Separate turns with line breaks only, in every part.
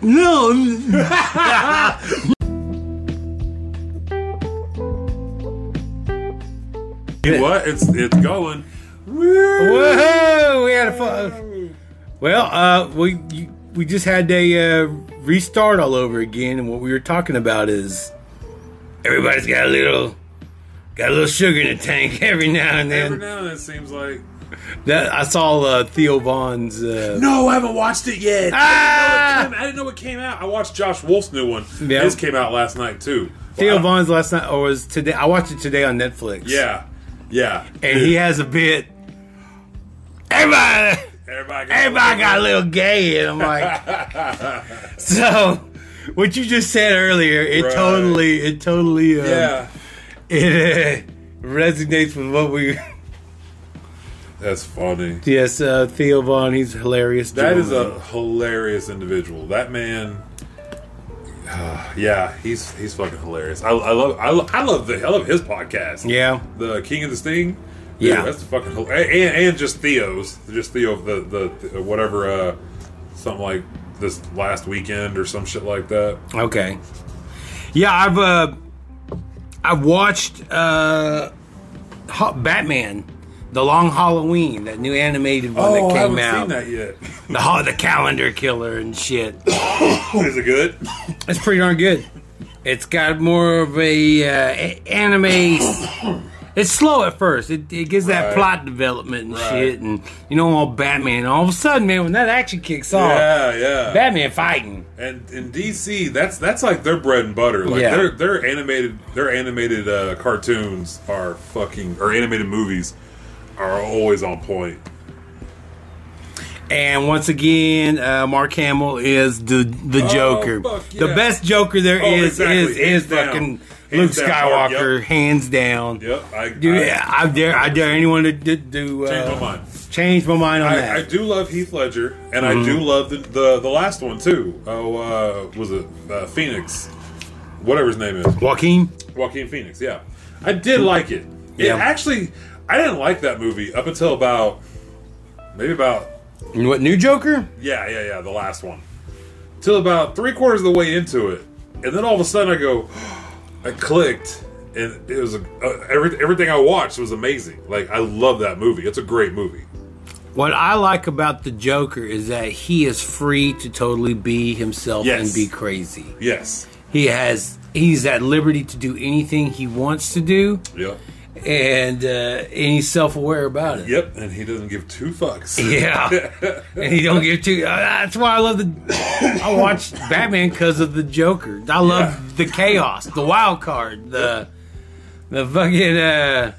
No.
what? It's it's going.
Whoa! We had a fun. Well, uh, we you- we just had a uh, restart all over again, and what we were talking about is everybody's got a little got a little sugar in the tank every now and then.
Every now and then it seems like
That, I saw uh, Theo Vaughn's. Uh,
No, I haven't watched it yet.
Ah!
I, didn't know it came- I didn't know it came out. I watched Josh Wolf's new one.
Yeah.
His came out last night too.
Theo
Wow.
Vaughn's last night, or was today? I watched it today on Netflix.
Yeah. Yeah.
and he has a bit. Everybody.
Everybody got
everybody got a little gay and I'm like so what you just said earlier it
Right.
totally it totally um,
Yeah.
it uh, resonates with what we
That's funny.
yes uh, Theo Vaughn he's a hilarious
That is
gentleman.
a hilarious individual. That man, ah, yeah, he's he's fucking hilarious. I, I love I, lo- I love the I love his podcast.
yeah
the King of the Sting.
Yeah.
that's fucking hil- and, and and just Theo's, just Theo the the, the whatever uh something like this last weekend or some shit like that.
okay yeah I've uh I've watched uh Ho- Batman the Long Halloween that new animated one
Oh,
that
I
came
haven't
out
seen that yet.
the ho- the calendar killer and shit
Is it good?
It's pretty darn good. It's got more of a uh, a- anime. it's slow at first. It, it gets that
Right.
plot development and
Right.
shit, and you know all Batman. All of a sudden, man, when that action kicks off,
Yeah, yeah.
Batman fighting.
And in DC, that's that's like their bread and butter. Like
Yeah.
their their animated their animated uh, cartoons are fucking or animated movies are always on point.
And once again, uh, Mark Hamill is the the
Oh,
Joker,
fuck
the
yeah.
best Joker there
Oh,
is
exactly.
is
Hands
is
down.
fucking
Hands
Luke
down, Mark.
Skywalker, hands down.
Yep, I,
Dude,
I-
yeah, I dare I dare anyone to do, do uh,
Change my mind.
Change my mind on that.
I, I do love Heath Ledger, and I do love the, the the last one too. Oh, uh, was it uh, Phoenix? Whatever his name is,
Joaquin.
Joaquin Phoenix. Yeah, I did like it. It
Yeah.
actually, I didn't like that movie up until about maybe about
What new Joker?
Yeah, yeah, yeah, the last one. Till about three quarters of the way into it, and then all of a sudden I go, I clicked, and it was a, uh, every, everything I watched was amazing. Like I love that movie. It's a great movie.
What I like about the Joker is that he is free to totally be himself
Yes.
and be crazy.
Yes.
He has he's at liberty to do anything he wants to do,
Yep.
and uh, and he's self aware about it.
Yep. And he doesn't give two fucks.
Yeah, and he don't give two. Uh, that's why I love the. I watched Batman because of the Joker. I love the chaos, the wild card, the the fucking. Uh,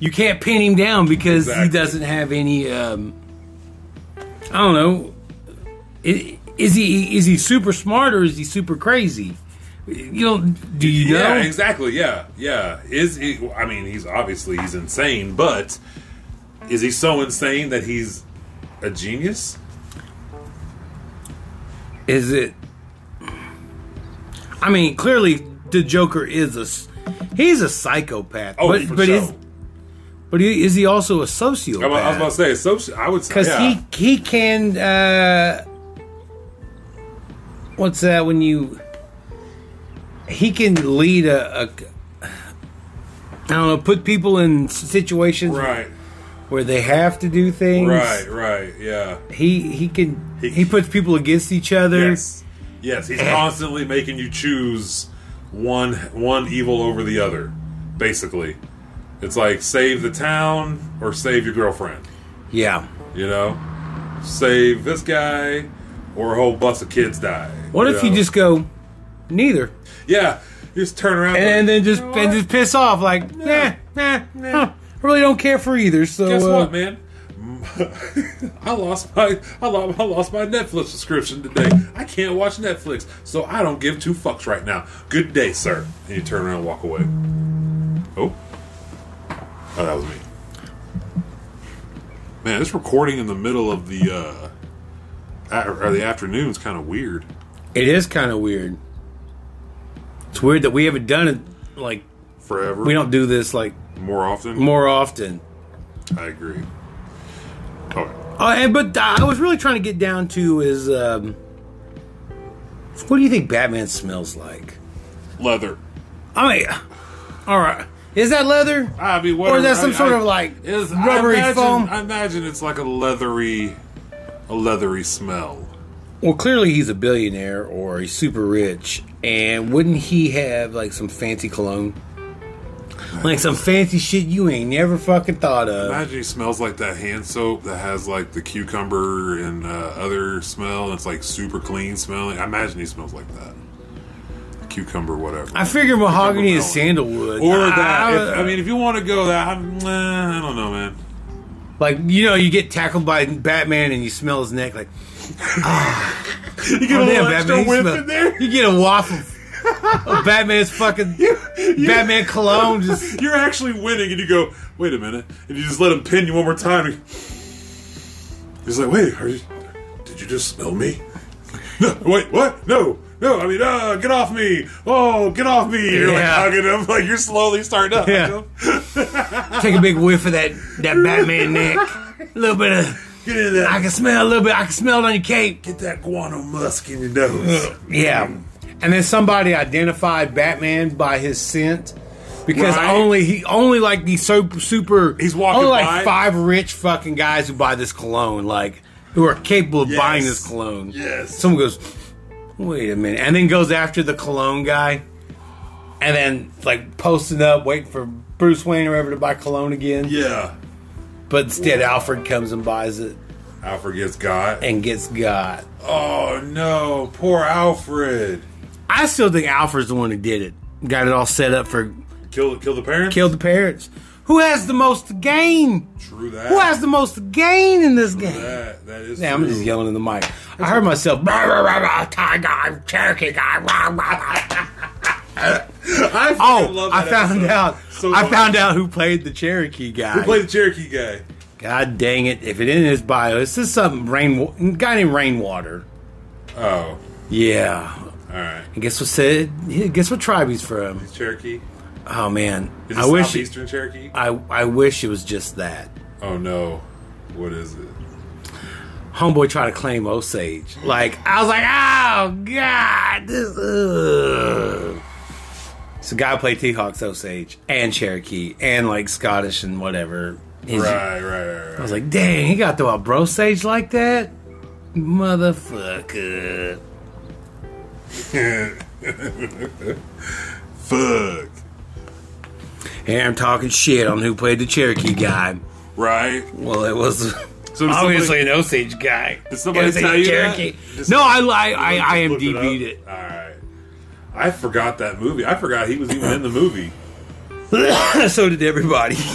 you can't pin him down because he
Exactly.
doesn't have any. Um, I don't know. Is, is he is he super smart or is he super crazy? You don't. Do you know?
Yeah, exactly. Yeah, yeah. Is he? I mean, he's obviously he's insane, but is he so insane that he's a genius?
is it i mean clearly the joker is a s- he's a psychopath
Oh,
but,
for
but
sure.
is but he- is he also a
I was I was about to
sociopath
say, so I would say,
because
yeah.
he he can uh what's that when you he can lead a, a I don't know. Put people in s- situations
right,
where they have to do things.
right, right, yeah.
He he can he,
He-
puts people against each other.
Yes. Yes, he's constantly making you choose one one evil over the other, basically. It's like save the town or save your girlfriend,
Yeah.
you know? Save this guy or a whole bus of kids die.
What if you
know?
just go neither?
Yeah, you just turn around
and,
like,
then just
"You know
and
what?
just piss off like nah nah, huh, I really don't care for either. So
Guess
uh,
what, man? I lost my I lost, I lost my Netflix subscription today. I can't watch Netflix, so I don't give two fucks right now. Good day, sir. And you turn around and walk away. Oh, oh, that was me. Man, this recording in the middle of the uh, a- or the afternoon's kind of weird.
It is kind of weird. It's weird that we haven't done it like
Forever,
we don't do this like
more often.
more often.
I agree. Okay.
uh, Oh, and but I was really trying to get down to is um, What do you think Batman smells like?
Leather.
I mean, all right. Is that leather?
I mean, whatever.
that some
I-
sort
I-
of, like,
is-
rubbery
I imagine,
foam?
I imagine it's like a leathery, a leathery smell.
Well, clearly he's a billionaire or he's super rich, and wouldn't he have like some fancy cologne? Like some fancy shit you ain't never fucking thought of.
Imagine he smells like that hand soap that has like the cucumber and uh, other smell. And it's like super clean smelling. I imagine he smells like that. Cucumber, whatever.
I figure mahogany is
Cucumber
sandalwood,
Or
I-
that.
I- Oh,
if, I mean, if you want to go that, I'm, eh, I don't know, man.
like you know, you get tackled by Batman and you smell his neck, like
You get
oh,
a
damn,
little
Batman,
extra
you,
whiff
smell-
in there.
you get a waffle. of Batman's fucking Batman cologne just
You're actually winning, and you go, wait a minute, and you just let him pin you one more time. He's like, wait, are you, did you just smell me? No, wait, what? No, no. I mean, uh, get off me! Oh, get off me! You're like
Yeah.
hugging him, like you're slowly starting to hug
Yeah.
him.
take a big whiff of that that Batman neck. A little bit of
Get in that.
I can smell a little bit. I can smell it on your cape.
get that guano musk in your nose.
Yeah. And then somebody identified Batman by his scent because
Right.
only he only like these so super
He's walking
only like
by.
five rich fucking guys who buy this cologne like who are capable of
Yes.
buying this cologne.
Yes.
Someone goes, "Wait a minute." And then goes after the cologne guy and then like posting up waiting for Bruce Wayne or ever to buy cologne again.
yeah.
But instead Alfred comes and buys it
Alfred gets got.
and gets got.
Oh no, poor Alfred.
I still think Alfred's the one who did it. Got it all set up for
Kill, kill the parents.
kill the parents. Who has the most to gain?
True that.
Who has the most to gain in this game?
that? That is.
Damn, I'm
true.
just yelling in the mic. I heard myself. "Bah, bah, bah, bah, Tiger, I'm Cherokee guy. Wah, wah, wah."
I fucking
Oh,
love
I
that
found
episode
out.
so
I
much.
found out who played the Cherokee guy.
Who played the Cherokee guy?
God dang it! If it isn't his bio, it's just some rain guy named Rainwater.
Oh, all
Yeah.
right.
And guess what said? Guess what tribe he's from?
Cherokee.
Oh man,
Is it
I wish it,
southeastern Cherokee.
I I wish it was just that.
Oh no, what is it?
homeboy tried to claim Osage. Like I was like, oh god, this. Ugh. So guy played T-Hawks Osage and Cherokee and like Scottish and whatever. He's-
Right, right, right,
I
right.
was like, dang, he got to a bro sage like that, motherfucker.
Fuck.
And I'm talking shit on who played the Cherokee guy.
Right.
Well, it was.
So did
Obviously, an Osage guy.
Did somebody
Osage
tell you that?
Cherokee.
Did
No, I,
somebody-
I, I, I
Looked it
IMDb'd it.
up? All right. I forgot that movie. I forgot he was even in the movie.
so did everybody.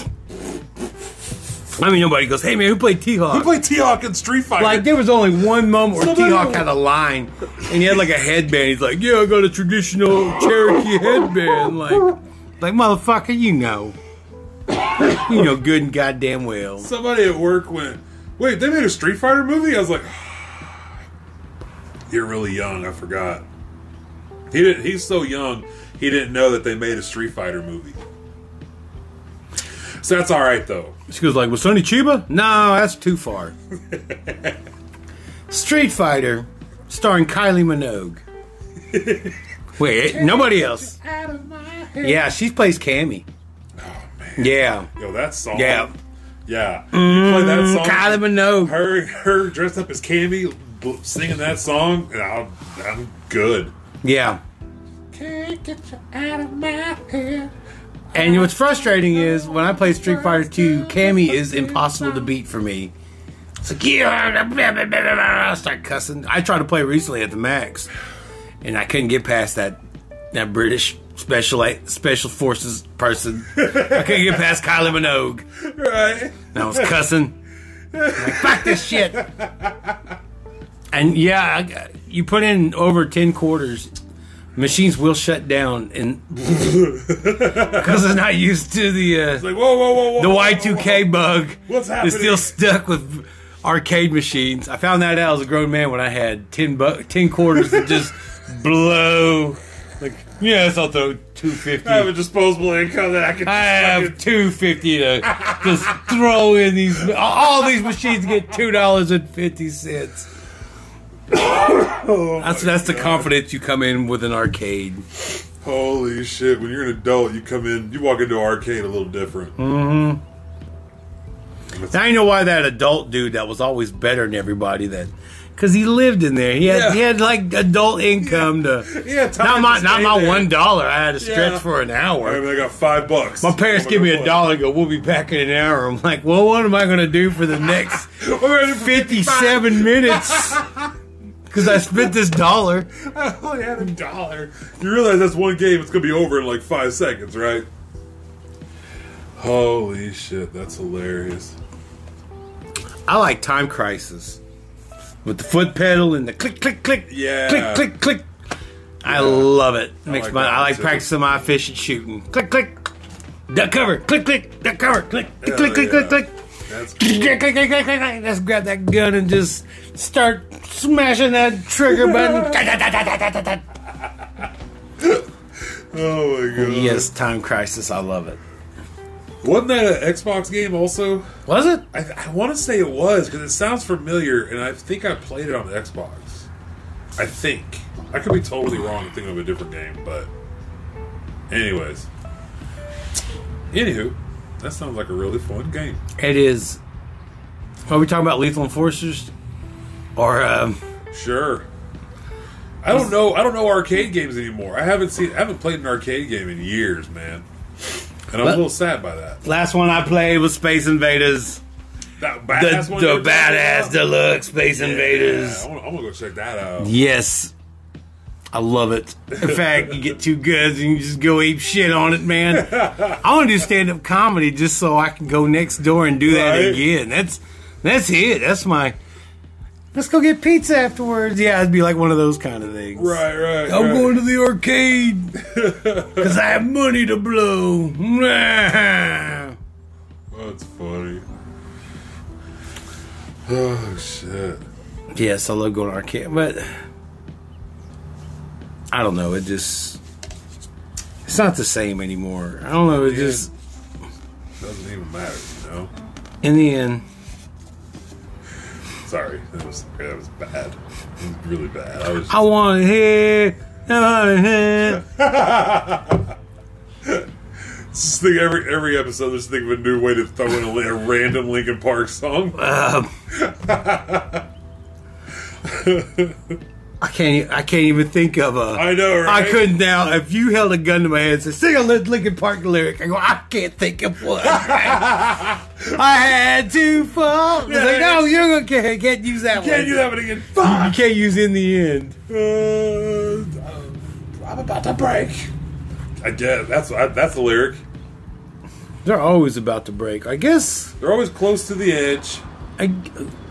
I mean, nobody goes, hey man, who played T
Who
Hawk?
played T-Hawk in Street Fighter?
Like, there was only one moment where T
Somebody-
Hawk had a line and he had like a headband. He's like, yeah, I got a traditional Cherokee headband. Like, like motherfucker, you know. You know good and goddamn well.
Somebody at work went, "Wait, they made a Street Fighter movie?" I was like, "You're really young. I forgot." He didn't. He's so young. He didn't know that they made a Street Fighter movie. So that's all right though.
She goes like, was Sonny Chiba? No, that's too far. Street Fighter, starring Kylie Minogue. Wait, eh, nobody else. Yeah, she plays Cammy. Yeah.
Yo, that song.
Yeah. Mm-hmm.
Yeah. You play that song.
Kylie Minogue.
her, her dressed up as Cammy, bl- singing that song. And I'll, I'm good.
Yeah.
Can't get you out of my head.
And what's frustrating is when I play Street Fighter 2, Cammy is impossible to beat for me. It's like, yeah, blah, blah, blah, blah, blah, I start cussing. I tried to play recently at the max, and I couldn't get past that that British special special forces person. I couldn't get past Kylie Minogue.
Right.
And I was cussing. like, fuck this shit. And yeah, I got- you put in over 10 quarters, machines will shut down and because it's not used to the uh,
Like whoa, whoa, whoa, whoa.
the
whoa,
Y2K bug.
What's
It's still
happening?
stuck with arcade machines. I found that out as a grown man when I had 10 bu- 10 quarters that just blow like yeah, it's also 250.
I have a disposable income that I can.
I
fucking-
have two fifty to just throw in these. All these machines get two dollars and fifty cents.
Oh
That's
my
that's the
God.
confidence you come in with an arcade.
Holy shit! When you're an adult, you come in, you walk into an arcade a little different.
Now you know why that adult dude that was always better than everybody that because he lived in there. He had he
Yeah.
had like adult income to
Yeah, time
not
to
my
stay
not my
there.
one dollar. I had to stretch
Yeah.
for an
I
hour.
mean, I got five bucks. Oh
My parents
I'm
Oh, give me
gonna
a
play.
dollar and go, we'll be back in an hour. I'm like, well, what am I going to do for the next
We're ready for
57 minutes? Because I spent this dollar.
I only had Oh, a dollar. You realize that's one game. It's gonna be over in like five seconds, right? Holy shit! That's hilarious.
I like Time Crisis with the foot pedal and the click, click, click,
Yeah.
click, click, click. I love it. Makes
like
my
that
I
one
like
too.
practicing my efficient shooting. Click, click, duck cover. Click, click, duck cover. Click, click,
Hell
click, click,
yeah.
click, click.
That's oh cool.
Click, click, click, click, click, click. Let's grab that gun and just start smashing that trigger button. Da, da, da, da, da, da, da, da.
oh my god.
yes, Time Crisis. I love it.
Wasn't that an Xbox game also?
Was it?
I, I want to say it was because it sounds familiar, and I think I played it on the Xbox. I think I could be totally wrong and thinking of a different game, but anyways, anywho, that sounds like a really fun game.
It is. Are we talking about Lethal Enforcers or? Um,
Sure. I don't know. I don't know arcade games anymore. I haven't seen. I haven't played an arcade game in years, man. And I'm a
But-
little sad by that.
Last one I played was Space Invaders.
That
The,
badass one.
the badass deluxe Space Invaders.
Yeah, I'm, gonna, I'm gonna go check that out.
Yes. I love it. In fact, you get two guns and you just go ape shit on it, man. I want to do stand up comedy just so I can go next door and do that
Right.
again. That's that's it. That's my. Let's go get pizza afterwards. Yeah, it'd be like one of those kind of things.
Right, right.
I'm
right.
going to the arcade because I have money to blow.
That's funny. Oh shit.
Yes, I love going to arcade, but I don't know. It just it's not the same anymore. I don't know. It just
Doesn't even matter, you know?
in the end,
Sorry. That was that was bad. It was really bad. I was
I want to hear. I wanna hear.
just think every every episode just think of a new way to throw in a, li- a random Linkin Park song.
I can't. I can't even think of a.
I know, right?
I couldn't now. If you held a gun to my head and said, "Sing a Lin- Linkin Park lyric," I go, "I can't think of one." I had to fall. It's like, no, you are can't, can't use that one.
Can't do that one again.
You
Fuck!
can't use in the end.
Uh, I'm about to break. I guess that's I, that's the lyric.
They're always about to break. I guess.
They're always close to the edge.
I,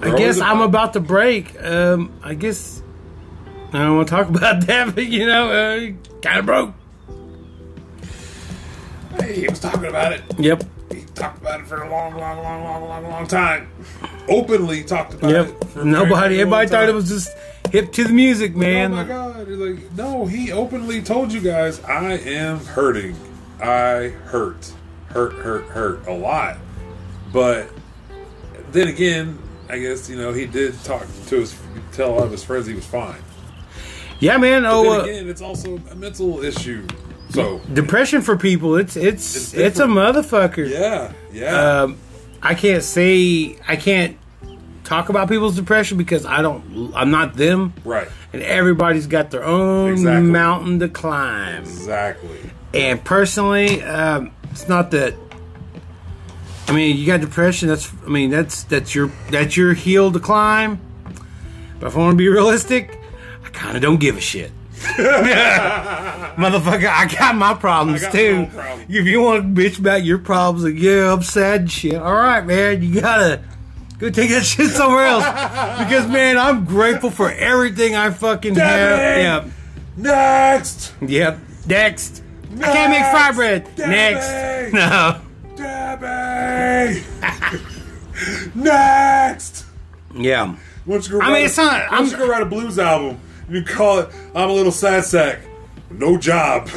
I
always
guess I'm
about-
about to break. Um, I guess I don't want to talk about that, but you know, uh, kind of broke.
Hey, he was talking about it.
Yep.
He talked about it for a long, long, long, long, long, long time. Openly talked about it.
Yep.
for a very
Nobody.
long
Everybody thought
time.
it was just hip to the music,
Oh
man.
my god! He's like, no, he openly told you guys, I am hurting. I hurt, hurt, hurt, hurt a lot. But then again, I guess you know he did talk to his, tell all of his friends he was fine.
yeah, man. Oh,
Then
uh,
again, it's also a mental issue. So
depression for people. It's it's it's,
It's
a
different.
motherfucker.
yeah, yeah,
Um, I can't say I can't talk about people's depression because I don't. I'm not them.
right,
And everybody's got their own
Exactly.
mountain to climb.
exactly.
And personally, um, it's not that. I mean, you got depression. That's I mean, that's that's your that's your hill to climb. But if I want to be realistic, I kind of don't give a shit. Motherfucker, I got my problems
I got my
too.
own problems.
If you want to bitch about your problems and yeah, I'm sad and shit, all right, man, you gotta go take that shit somewhere else. because man, I'm grateful for everything I fucking
Damn
have. Yep.
it. Next,
Yep. Next. I can't make fry bread.
Damn
Next.
it.
No.
Debbie. Next.
Yeah.
Why don't you go
I
write
mean, it's
a,
not-
Why
I'm-
don't you go write a blues album? You can call it "I'm a Little Sad Sack." No job.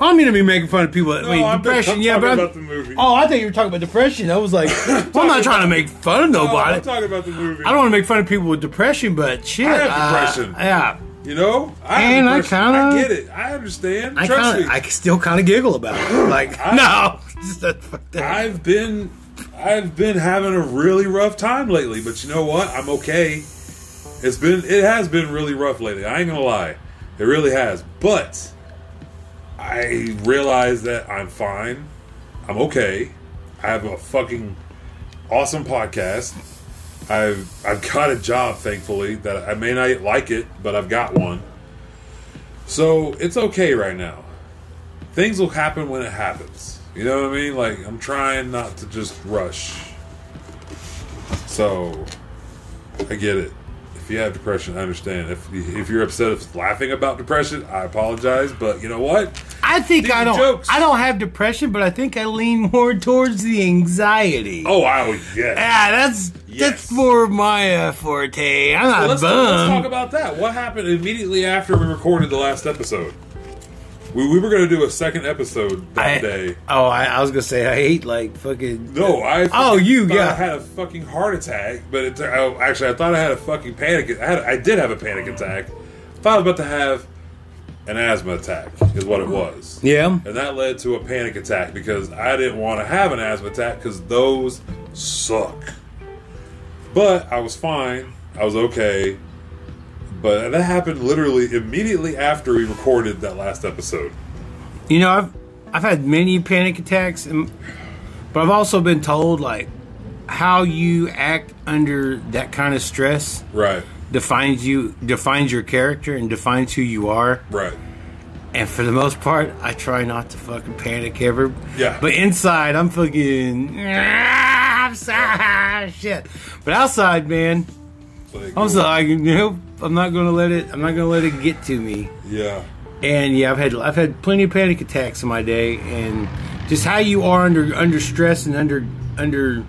I'm gonna be making fun of people. that I mean,
I'm-
depression.
I'm
yeah, but
talking
I'm-
about the movie.
oh, I thought you were talking about depression. I was like, I'm not trying to make fun of
Oh,
nobody.
I'm talking about the movie.
I don't want to make fun of people with depression, but shit,
have
uh,
depression.
yeah,
You know, I have
And I
depression.
kinda-
I get it. I understand.
I
Trust
kind of,
me.
I can still kind of giggle about it. Like, no, Just that- fuck that.
I've been I've been having a really rough time lately, but you know what? I'm okay. It's been it has been really rough lately. I ain't gonna lie. It really has. But I realize that I'm fine. I'm okay. I have a fucking awesome podcast. I've I've got a job thankfully that I may not like it, but I've got one. So it's okay right now things will happen when it happens. You know what I mean? Like I'm trying not to just rush. So I get it. If you have depression, I understand. If if you're upset of laughing about depression, I apologize. But you know what?
I think I
These
don't.
jokes.
I don't have depression, but I think I lean more towards the anxiety.
Oh, I yeah.
yeah, that's
Yes.
that's more of my uh, forte. I'm not
Let's,
a bum.
let's talk about that. What happened immediately after we recorded the last episode? We, we were going to do a second episode that
I-
day.
Oh, I, I was gonna say I hate like fucking.
No, I.
Oh, you,
thought
yeah.
I had a fucking heart attack, but it, I, actually, I thought I had a fucking panic. I had, I did have a panic attack. Thought I was about to have an asthma attack, is what it was.
Yeah.
And that led to a panic attack because I didn't want to have an asthma attack because those suck. But I was fine. I was okay. But that happened literally immediately after we recorded that last episode.
You know, I've I've had many panic attacks, and, but I've also been told like how you act under that kind of stress
Right.
defines you, defines your character, and defines who you are.
Right.
And for the most part, I try not to fucking panic ever.
Yeah.
But inside, I'm fucking. "Ah, I'm sorry, shit. But outside, man,
Like,
I'm like, nope. I'm not gonna let it. I'm not gonna let it get to me.
Yeah.
And yeah, I've had I've had plenty of panic attacks in my day, and just how you are under under stress and under under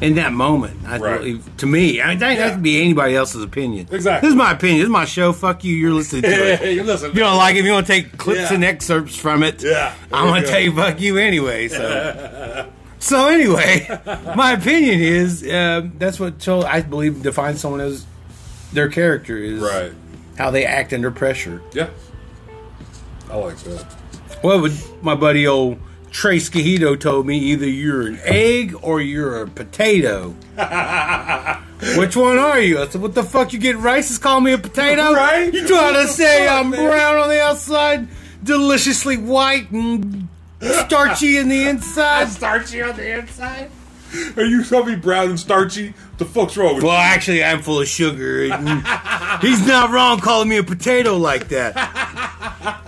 in that moment. I,
Right.
To me, I mean, that,
Yeah.
that could be anybody else's opinion.
Exactly.
This is my opinion. This is my show. Fuck you. You're listening to it.
Hey, listen.
If you don't like it, if you want to take clips
Yeah.
and excerpts from it,
Yeah, there
I'm
you
gonna
go.
tell you fuck you anyway. So, so anyway, my opinion is um, that's what told, I believe defines someone as their character is
Right.
how they act under pressure.
Yeah. I like that.
Well, but my buddy old Trace Cahito told me either you're an egg or you're a potato. Which one are you? I said, what the fuck? You get rice? Is calling me a potato?
Right?
You trying
What
to
the
say
fuck,
I'm
man?
brown on the outside, deliciously white and starchy in the inside?
Starchy on the inside? Are you telling me brown and starchy? What the fuck's wrong with
Well, actually, I'm full of sugar. and He's not wrong calling me a potato like that.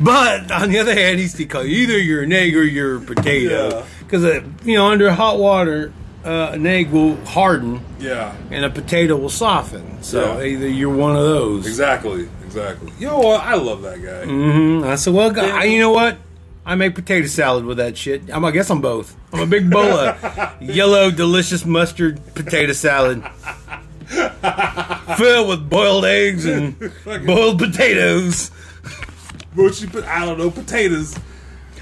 But on the other hand, he's call either you're an egg or you're a
Yeah.
potato. Because uh, you know, under hot water, uh, an egg will harden
you? Yeah.
and a potato will soften. So
Yeah.
either you're one of those.
Exactly. Exactly. You know what? I love that guy.
Mm, I said, well, God, I- you know what? I make potato salad with that shit. I'm, I guess I'm both. I'm a big bowl of yellow, delicious mustard potato salad filled with boiled eggs and boiled potatoes,
What you put? I don't know. Potatoes.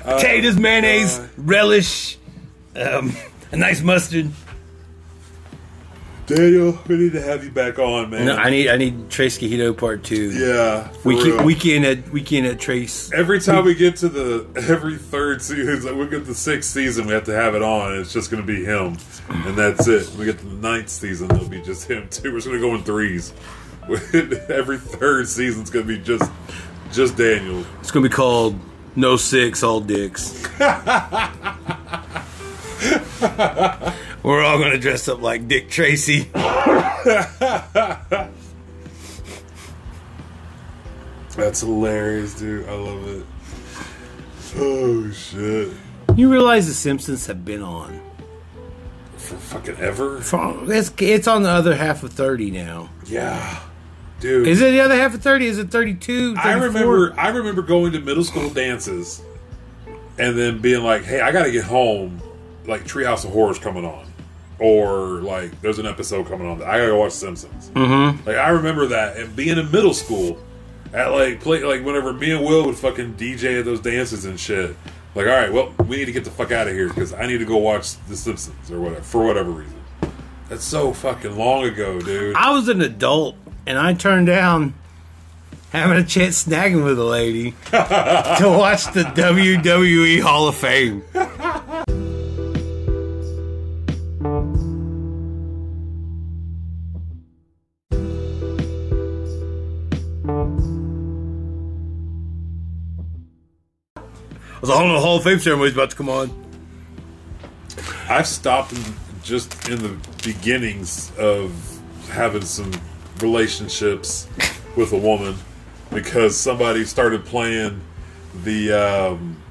Oh,
potatoes, mayonnaise,
God.
relish, um, a nice mustard.
Daniel, we need to have you back on, man.
No, I need I need Trace Quijito part two.
yeah. for
We
real.
keep, weekend at weekend at Trace.
Every time we get to the every third season, like we get the sixth season, we have to have it on. And it's just going to be him, and that's it. We get to the ninth season, it'll be just him too. We're just going to go in threes. every third season's going to be just just Daniel.
It's gonna be called No Six All Dicks. We're all gonna dress up like Dick Tracy.
That's hilarious, dude. I love it. Oh shit!
You realize the Simpsons have been on.
For fucking ever?
for- It's, it's on the other half of 30 now.
Yeah, dude.
Is it the other half of 30? Is it 32?
I
34?
remember I remember going to middle school dances and then being like, "Hey, I got to get home. Like Treehouse of Horrors coming on." Or like there's an episode coming on that I got to watch Simpsons. Mm-hmm. Like I remember that and being in middle school at like play like whenever me and Will would fucking DJ at those dances and shit. Like, all right, well, we need to get the fuck out of here because I need to go watch The Simpsons or whatever for whatever reason. That's so fucking long ago, dude.
I was an adult and I turned down having a chance snagging with a lady to watch the WWE Hall of Fame. I was like, I don't know, Hall of Fame ceremony's about to come on.
I've stopped in, just in the beginnings of having some relationships with a woman because somebody started playing the um,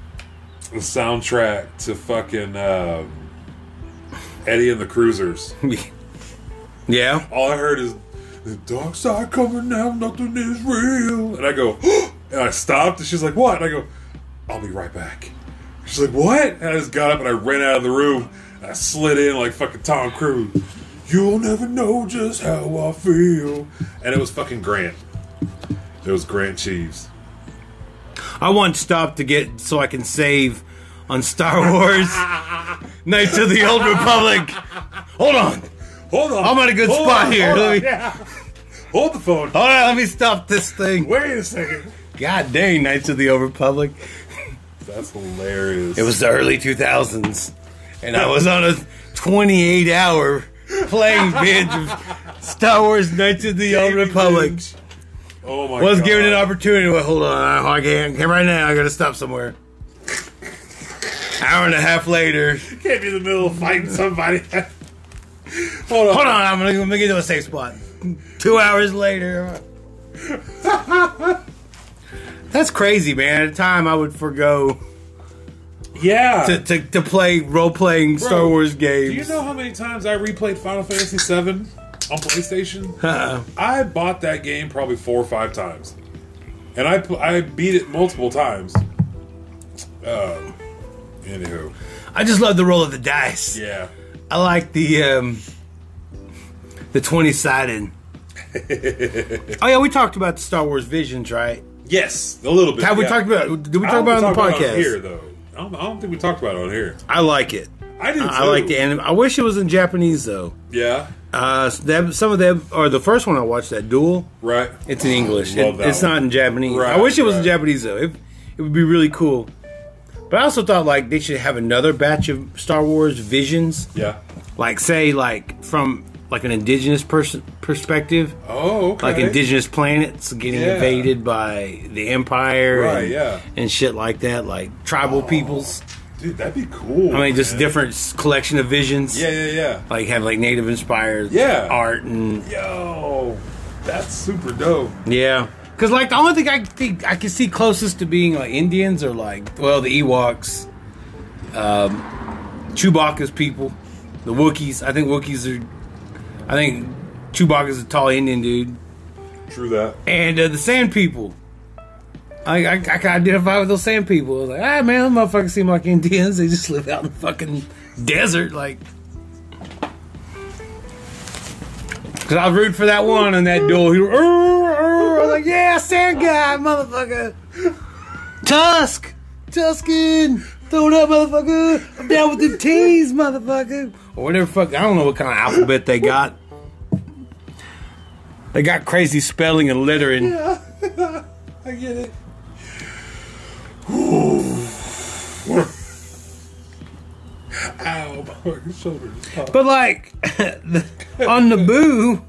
the soundtrack to fucking um, Eddie and the Cruisers.
yeah.
All I heard is the dark side coming now, nothing is real. And I go, and I stopped, and she's like, what? And I go, I'll be right back. She's like, what? And I just got up and I ran out of the room. And I slid in like fucking Tom Cruise. You'll never know just how I feel. And it was fucking Grant. It was Grant Cheeves.
I once stopped to get so I can save on Star Wars Knights of the Old Republic. Hold on.
Hold on.
I'm on a good
Hold
spot
on,
here.
Hold,
Let
on.
me-
Yeah. Hold the phone.
Hold on, let me stop this thing.
Wait a second.
God dang, Knights of the Old Republic.
That's hilarious.
It was the early 2000s, and I was on a 28 hour playing binge of Star Wars Knights of the Old
Gaming
Republic.
binge. Oh my
Was
god.
given an opportunity. Wait, hold on, I can't. can't Right now, I gotta stop somewhere. Hour and a half later.
Can't be in the middle of fighting somebody. Hold on.
Hold on, I'm gonna, I'm gonna get to a safe spot. Two hours later. That's crazy, man. At a time, I would forego
Yeah.
to, to, to play role playing Star Wars games.
Do you know how many times I replayed Final Fantasy VII on PlayStation?
Uh-uh.
I bought that game probably four or five times, and I pl- I beat it multiple times. Um, anywho,
I just love the roll of the dice.
yeah,
I like the um, the twenty sided. oh yeah, we talked about the Star Wars visions, right?
yes, a little bit.
Have we
yeah.
talked about? Did we
I
talk
don't
about it on
think
the
we talked about
podcast?
it here though? I don't, I don't think we talked about it on here.
I like it.
I do. Too.
I like the anime. I wish it was in Japanese though.
Yeah.
Uh, so that, some of them, or the first one I watched, that duel.
Right.
It's in English.
Love
It-
that
it's
one.
not in Japanese.
Right,
I wish it was in
right.
Japanese though. It, it would be really cool. But I also thought like they should have another batch of Star Wars visions,
Yeah.
like say like from like an indigenous person perspective,
Oh, okay.
like indigenous planets getting
Yeah.
invaded by the Empire,
Right,
and,
yeah.
and shit like that, like tribal peoples.
Dude, that'd be cool.
I mean, just
man.
different s- collection of visions.
Yeah, yeah, yeah.
Like have like native inspired
Yeah.
art and
Yo, that's super dope.
Yeah, because like the only thing I think I can see closest to being like Indians or like well the Ewoks, um, Chewbacca's people, the Wookiees. I think Wookiees are. I think Chewbacca's a tall Indian dude,
True that.
and uh, the Sand People. I, I, I can identify with those sand people. I was like, ah, man, those motherfuckers seem like Indians. They just live out in the fucking desert, like. Cause I was rooting for that one in that duel. He, was, "Arr, arr." I was like, yeah, sand guy, motherfucker. Tusk, Tuskin, throw it up, motherfucker. I'm down with the T's, motherfucker. Or whatever. Fuck, I don't know what kind of alphabet they got. They got crazy spelling and lettering.
I get it. Ow, my fucking shoulders.
But like the- on Naboo,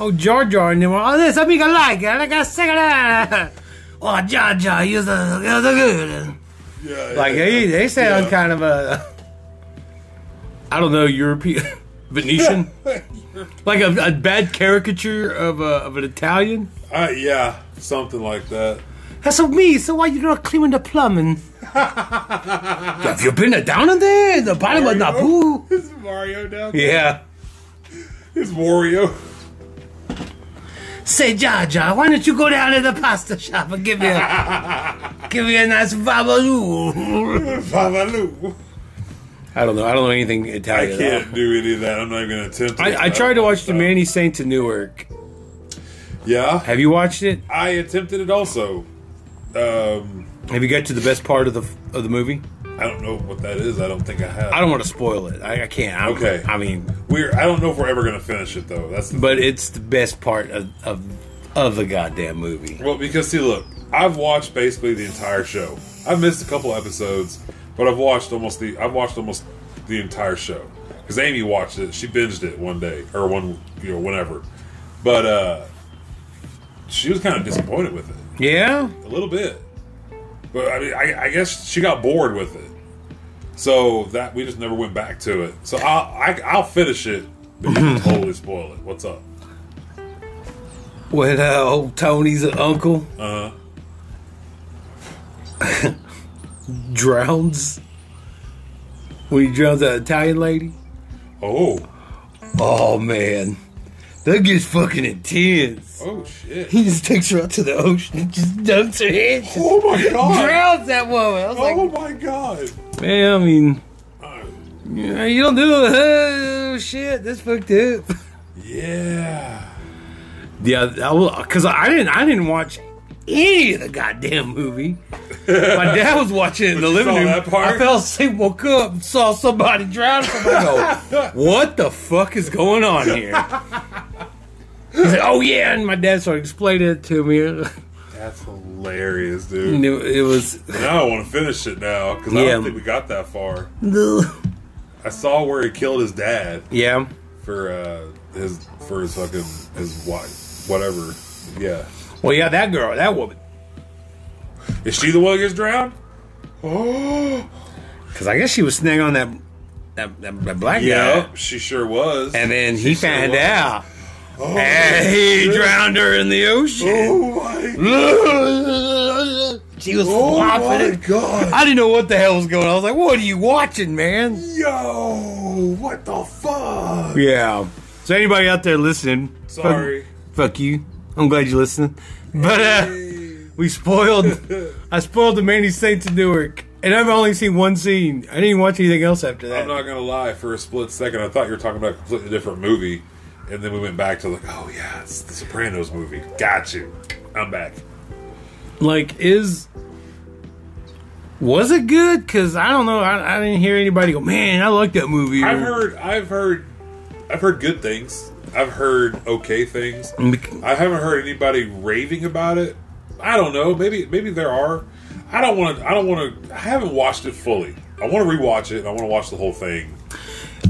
oh Jar Jar and them, were, oh this amiga like it, I got sick of that. Oh Jar Jar, you're the, you're the good.
Yeah,
Like they, they sound
Yeah.
kind of a, I don't know, European, Venetian, like a, a bad caricature of a, of an Italian.
Uh, yeah, something like that.
That's so me. So why you not cleaning the plumbing? Have you been down in there, the bottom of
Mario.
Naboo?
Is Mario down there?
Yeah.
Is Wario?
Say, Jaja, why don't you go down to the pasta shop and give me a, give me a nice babaloo?
Babaloo.
I don't know. I don't know anything
I
Italian. at all.
can't do any of that. I'm not even gonna attempt.
I, I tried to watch the Manny Saint to Newark.
Yeah,
Have you watched it?
I attempted it also. Um,
Have you got to the best part of the of the movie?
I don't know what that is. I don't think I have.
I don't want to spoil it. I, I can't. I,
Okay.
I mean,
We're. I don't know if we're ever gonna finish it though. That's
but it's the best part of of, of the goddamn movie.
well because see, look, I've watched basically the entire show. I've missed a couple episodes, but I've watched almost the. I've watched almost the entire show because Amy watched it. She binged it one day or one, you know, whenever. But uh she was kind of disappointed with it.
Yeah.
A little bit. But I mean, I, I guess she got bored with it. So that we just never went back to it. So I'll I, I'll finish it, but you can totally spoil it. What's up?
With uh, old Tony's uncle
Uh
drowns when he drowns that Italian lady.
oh
Oh man, that gets fucking intense.
oh shit!
He just takes her out to the ocean and just dumps her head, just
Oh my god!
drowns that woman. I was
Oh my god!
like, man, I mean,
Uh,
yeah, you don't do it. Oh shit, that's fucked up.
yeah.
Yeah, I will, cause I didn't, I didn't watch any of the goddamn movie. My dad was watching it in the
you
living
saw
room.
that part?
I fell asleep, woke up, and saw somebody drown. Somebody go, what the fuck is going on here? He's like, oh yeah, and my dad started explaining it to me, and
That's hilarious, dude.
it, it was.
Now I want to finish it now because I
Mm. Yeah.
don't think we got that far. I saw where he killed his dad.
Yeah,
for uh his for his fucking his wife whatever yeah
well, yeah, that girl, that woman,
is she the one that gets drowned oh
because I guess she was snagging on that that, that, that black
yeah
guy,
she sure was
and then he
sure
found
was.
out,
oh,
and he
shit.
drowned her in the ocean.
oh
Mm.
my
she was
oh
flopping.
my
it.
god
I didn't know what the hell was going on. I was like, what are you watching, man?
yo what the fuck
Yeah. So, anybody out there listening, fuck-
Sorry.
Fuck, you. I'm glad you listened. But uh, we spoiled, I spoiled the Many Saints of Newark. And I've only seen one scene. I didn't even watch anything else after that.
I'm not gonna lie for a split second I thought you were talking about a completely different movie and then we went back to like oh yeah it's the Sopranos movie got you I'm back
like, is. Was it good? Because I don't know. I, I didn't hear anybody go, man, I like that movie.
I've heard, I've heard, I've heard good things. I've heard okay things. I haven't heard anybody raving about it. I don't know. Maybe, maybe there are. I don't want to. I don't want to. I haven't watched it fully. I want to rewatch it. and I want to watch the whole thing.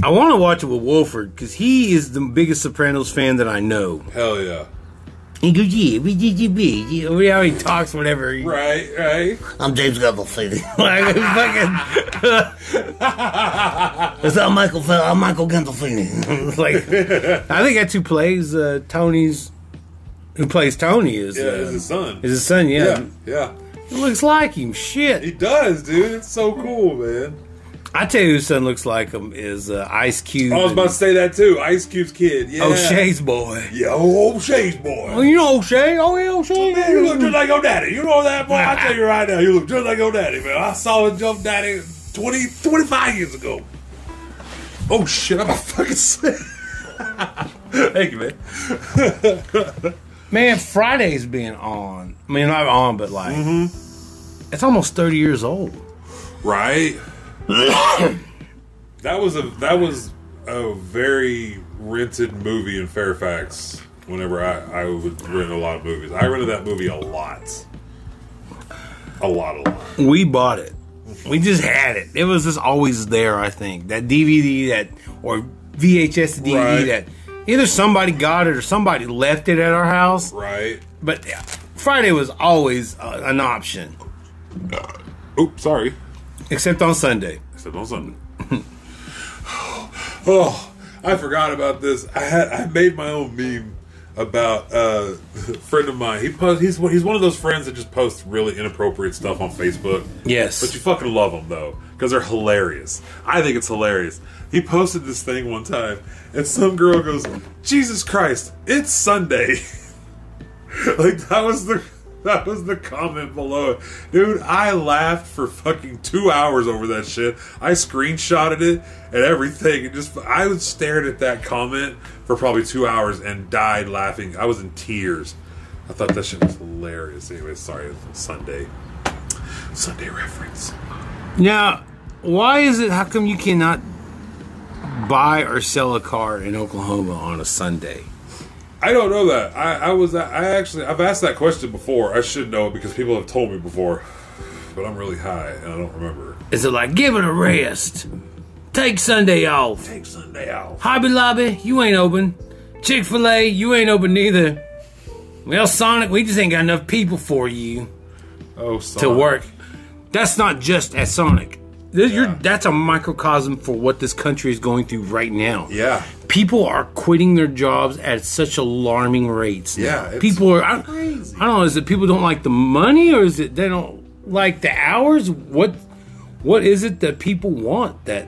I want to watch it with Wolford because he is the biggest Sopranos fan that I know.
Hell yeah!
He goes, yeah, we did you be. Yeah, we how he talks, whatever. He,
Right, right.
I'm James Gandolfini. like, fucking. it's I'm Michael. Fel- I'm Michael Gandolfini. like, I think that's who plays uh, Tony's. Who plays Tony is
Yeah,
uh,
it's
is
his son.
his son? Yeah.
yeah, yeah.
He looks like him. Shit.
He does, dude. It's so cool, man.
I tell you, who his son looks like him is uh, Ice Cube.
I was about to say that too. Ice Cube's kid. Yeah.
and O'Shea's boy.
Yeah, oh, Shay's boy.
Oh, you know O'Shea. Oh yeah, O'Shea.
Man, you look just like your daddy. You know that, boy? I tell you right now, you look just like your daddy, man. I saw him jump daddy 20, 25 years ago. Oh, shit, I'm a fucking sick. Thank you, man.
Man, Friday's been on. I mean, not on, but like, it's almost 30 years old.
Right? that was a that was a very rented movie in Fairfax. Whenever I, I would rent a lot of movies, I rented that movie a lot, a lot, a lot.
We bought it. We just had it. It was just always there, I think. That DVD that, or VHS DVD
Right.
that either somebody got it or somebody left it at our house.
Right?
But yeah, Friday was always uh, an option,
Oops, sorry.
except on Sunday.
Except on Sunday. oh, I forgot about this. I had I made my own meme about uh, a friend of mine. He post, he's one- he's one of those friends that just posts really inappropriate stuff on Facebook.
Yes.
But you fucking love them though, because they're hilarious. I think it's hilarious. He posted this thing one time, and some girl goes, "Jesus Christ, it's Sunday." like that was the that was the comment below it, dude. I laughed for fucking two hours over that shit. I screenshotted it and everything, and just I was stared at that comment for probably two hours and died laughing. I was in tears. I thought that shit was hilarious. Anyway, sorry, Sunday, Sunday reference.
Now, why is it? How come you cannot buy or sell a car in Oklahoma on a Sunday?
I don't know that. I, I was. I actually. I've asked that question before. I should know it because people have told me before, but I'm really high and I don't remember.
Is it like give it a rest, take Sunday off?
Take Sunday off.
Hobby Lobby, you ain't open. Chick Fil A, you ain't open neither. Well, Sonic, we just ain't got enough people for you
Oh, son.
to work. That's not just at Sonic. This, you're,
Yeah.
that's a microcosm for what this country is going through right now.
Yeah.
people are quitting their jobs at such alarming rates. now.
Yeah, it's
people are. I,
crazy.
I don't know. Is it people don't like the money, or is it they don't like the hours? What What is it that people want that?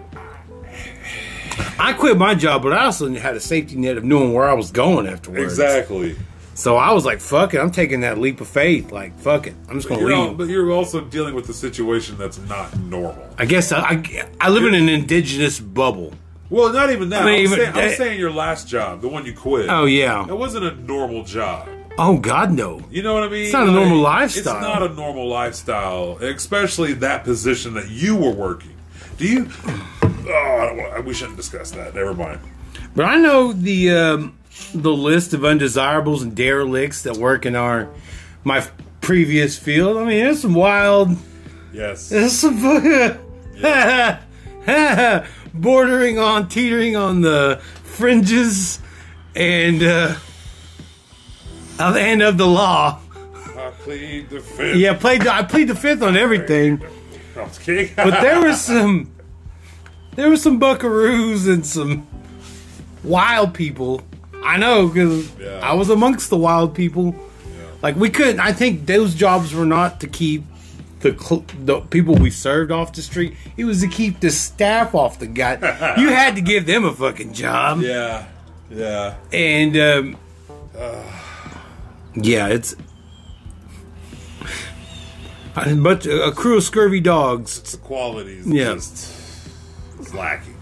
I quit my job, but I also had a safety net of knowing where I was going afterwards.
Exactly.
So I was like, "Fuck it, I'm taking that leap of faith. Like, fuck it, I'm just gonna
You're all,
leave."
but you're also dealing with a situation that's not normal.
I guess I, I, I live in an indigenous bubble.
Well, not even that. I
I mean,
am
even
saying, I'm
that-
saying your last job, the one you quit.
Oh
It
yeah.
wasn't a normal job.
Oh God, no.
You know what I mean? It's
not a normal lifestyle.
It's not a normal lifestyle, especially that position that you were working. Do you? Oh, I don't wanna, we shouldn't discuss that. Never mind.
But I know the um, the list of undesirables and derelicts that work in our my previous field. I mean, there's some wild,
Yes.
there's some bordering on, teetering on the fringes, and uh, of the end of the law.
I plead the fifth.
Yeah, I played. I played the fifth on everything,
Okay.
but there was some there was some buckaroos and some wild people i know because
Yeah.
i was amongst the wild people like we couldn't i think those jobs were not to keep the, cl- the people we served off the street it was to keep the staff off the guy you had to give them a fucking job
yeah. Yeah.
and um, yeah it's but a crew of scurvy dogs
The qualities
Yeah.
just it's lacking.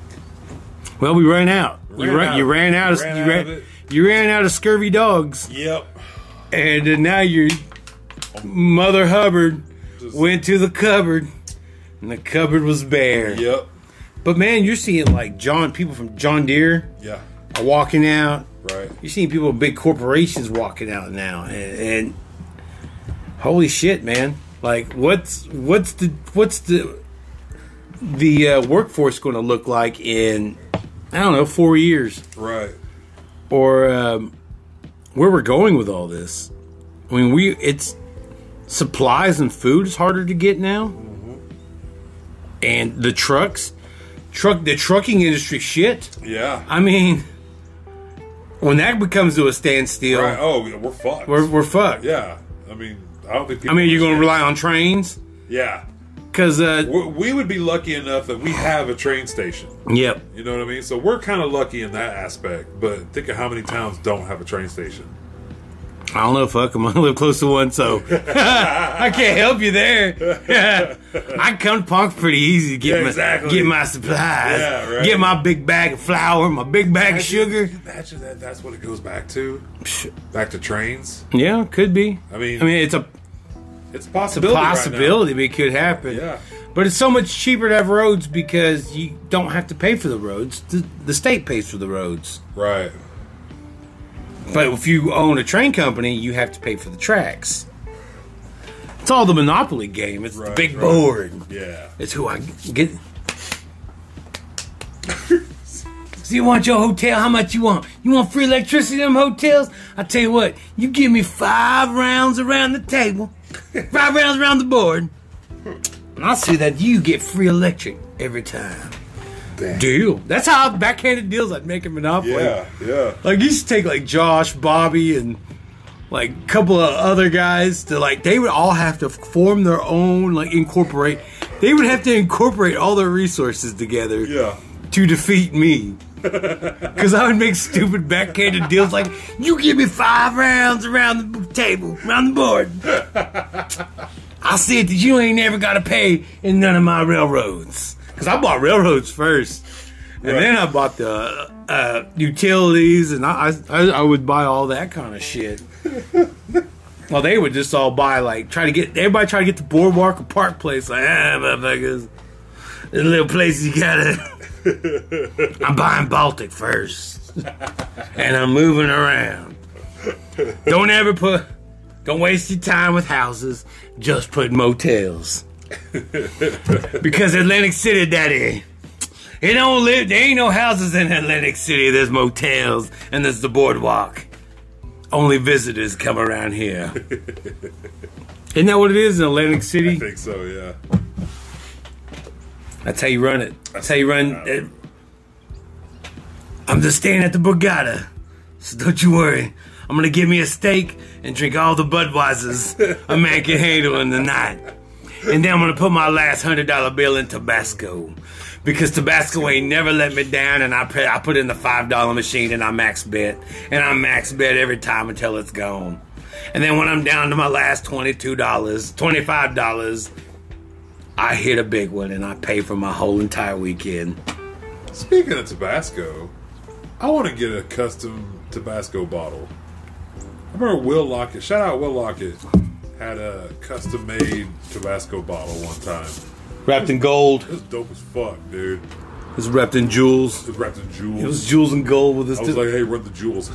Well, we ran out. you,
Ran
ran,
out.
you ran out. Of,
Ran
you,
out
ran,
of it.
you ran out of scurvy dogs,
Yep.
and uh, now your mother Hubbard
Just-
went to the cupboard, and the cupboard was bare.
Yep.
But man, you're seeing like John people from John Deere
Yeah.
are walking out.
Right.
You're seeing people with big corporations walking out now, and, and holy shit, man! Like, what's what's the what's the the uh, workforce going to look like in I don't know four years?
Right.
or um, where we're going with all this. I mean, we it's supplies and food is harder to get now,
Mm-hmm.
and the trucks, truck the trucking industry shit.
Yeah.
I mean, when that becomes to a standstill,
Right. Oh, yeah, we're fucked.
we're, we're fucked.
yeah. I mean, I don't think.
I
People
mean, you're going to
understand.
rely on trains
Yeah.
because uh,
We- We would be lucky enough that we have a train station.
yep,
You know what I mean? So we're kind of lucky in that aspect. But think of how many towns don't have a train station.
I don't know, fuck 'em. I live close to one, so I can't help you there. I come to Punk pretty easy to get,
Yeah,
my,
exactly.
get my supplies.
Yeah, right.
Get my big bag of flour, my big bag of sugar.
Can you imagine that. That's what it goes back to. Back to trains.
Yeah, could be.
I mean,
I mean, it's a
it's a possibility. right now.
possibility but it could happen.
Yeah.
But it's so much cheaper to have roads because you don't have to pay for the roads. The, the state pays for the roads.
Right.
But if you own a train company, you have to pay for the tracks. It's all the monopoly game. It's the
Right,
big
right.
board.
Yeah.
It's who I get. so you want your hotel? How much you want? You want free electricity in them hotels? I tell you what, you give me five rounds around the table, five rounds around the board, and I'll see that you get free electric every time.
Damn.
Deal. That's how backhanded deals I'd make in Monopoly.
Yeah. Yeah.
Like you used to take like Josh, Bobby, and like a couple of other guys to like they would all have to form their own like incorporate. They would have to incorporate all their resources together
Yeah.
to defeat me. Cause I would make stupid backhanded deals like you give me five rounds around the table, around the board. I said that you ain't never gotta pay in none of my railroads. Cause I bought railroads first, and
Right.
then I bought the uh, utilities, and I, I I would buy all that kind of shit. Well, they would just all buy like try to get everybody try to get the boardwalk or park place. Like, ah, motherfuckers, this little place you gotta. I'm buying Baltic first, and I'm moving around. Don't ever put, don't waste your time with houses. Just put motels, because Atlantic City, that is. It don't live. There ain't no houses in Atlantic City. There's motels and there's the boardwalk. Only visitors come around here. Isn't that what it is in Atlantic City?
I think so, yeah.
That's how you run it. That's how you run. It. I'm just staying at the Borgata, so don't you worry. I'm gonna give me a steak and drink all the Budweisers a man can handle in the night, and then I'm gonna put my last hundred dollar bill in Tabasco, because Tabasco ain't never let me down, and I pay, I put in the five dollar machine and I max bet, and I max bet every time until it's gone, and then when I'm down to my last twenty two dollars, twenty five dollars. I hit a big one and I pay for my whole entire weekend.
Speaking of Tabasco, I want to get a custom Tabasco bottle. I remember Will Lockett, shout out Will Lockett, had a custom made Tabasco bottle one time.
Wrapped in gold.
It was dope as fuck, dude.
It was wrapped in jewels.
It was wrapped in jewels.
It was jewels and gold with this.
I was like, hey, run the jewels.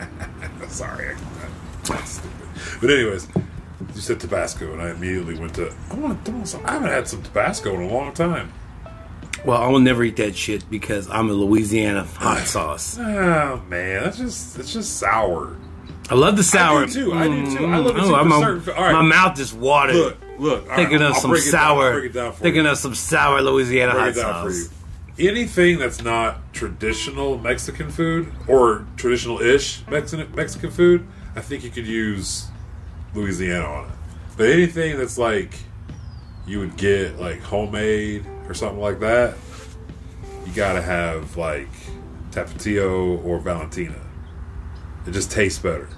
Sorry. I- I- Stupid. But anyways, you said Tabasco, and I immediately went to, I want to, I haven't had some Tabasco in a long time.
well, I will never eat that shit because I'm a Louisiana hot sauce.
Oh man, that's just it's just sour.
I love the sour.
do too, I do too. I love it
Mm,
too
oh,
for
my-
certain- all right.
My mouth just watered.
Look, look. all
thinking
right,
of
I'll
some
break it down- I'll
sour.
break it down for
thinking
you.
of some sour Louisiana
Break
hot
it down for you.
sauce.
Anything that's not traditional Mexican food or traditional-ish Mexican Mexican food, I think you could use Louisiana on it. But anything that's like you would get like homemade or something like that, you gotta have like Tapatio or Valentina. It just tastes better.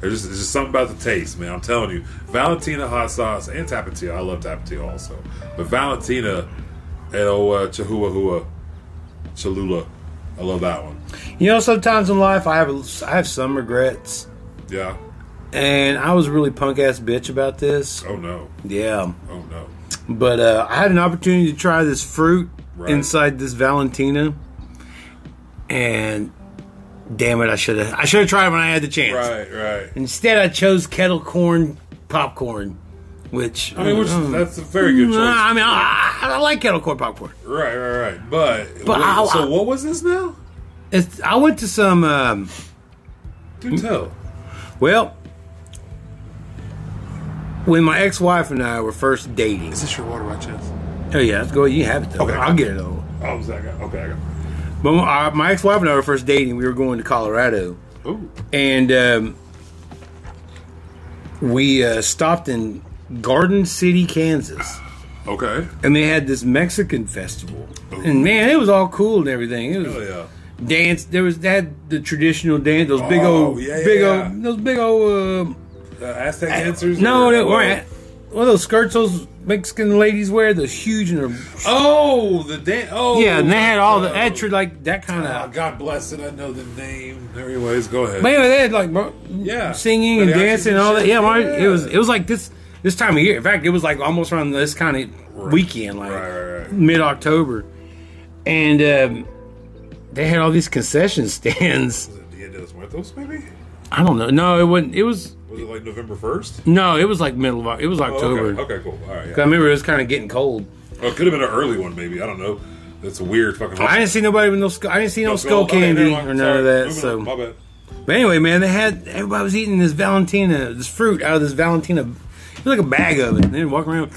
There's just, there's just something about the taste, man. I'm telling you, Valentina hot sauce and Tapatio. I love Tapatio also, but Valentina and oh uh, Chihuahua, Cholula. I love that one.
You know, sometimes in life I have a, I have some regrets,
Yeah.
and I was a really punk ass bitch about this.
Oh no.
Yeah.
Oh no.
But uh, I had an opportunity to try this fruit
Right.
inside this Valentina, and damn it, I should have I should have tried it when I had the chance.
Right. Right.
Instead, I chose kettle corn popcorn, which
I mean, which
Mm,
that's a very good choice.
I mean, I, I, I like kettle corn popcorn.
Right. Right. Right. But,
But
wait,
I-
so what was this now?
It's, I went to some. Um, Mm.
Do tell.
well, when my ex-wife and I were first dating.
Is this your water by chance?
Oh yeah, let's go. You have it though.
Okay.
I'll get it over.
Oh, was that guy? Okay, I got.
But my, our- my ex-wife and I were first dating. We were going to Colorado.
Ooh,
and um, we uh, stopped in Garden City, Kansas,
okay.
and they had this Mexican festival. And man, it was all cool and everything. It was
Oh yeah.
dance. There was that the traditional dance. Those big
Oh,
old,
yeah, yeah,
big
yeah.
old, those big old. Um,
Uh, Aztec dancers.
no,
or-
no, weren't. One of those skirts those Mexican ladies wear. Those huge and they're-
Oh, the dance. Oh,
yeah, and they had all the
uh,
that tr- like that kind
ah,
of.
God bless it. I know the name. Anyways, go ahead.
But anyway, they had like bro,
Yeah.
singing and
Mariachis
dancing and all that.
shit.
Yeah, right. it was it was like this this time of year. In fact, it was like almost around this kind of
Right.
weekend, like
Right, right, right.
mid October, and um, they had all these concession stands.
Was it Dia de los Muertos? Maybe.
I don't know. No, it wasn't. It was
Was it like November first?
no, it was like middle of it was October.
Oh, Okay. okay, cool. All right.
I
Yeah.
remember it was kind of getting cold.
Oh, it could have been an early one, maybe. I don't know. That's a weird fucking.
I didn't see nobody with no. Skull, I didn't see no,
Oh,
skull
okay, never
candy
mind.
or none
Sorry.
of that.
Moving
So,
on. my bad.
But anyway, man, they had everybody was eating this Valentina, this fruit out of this Valentina. It was like a bag of it. And then walking around,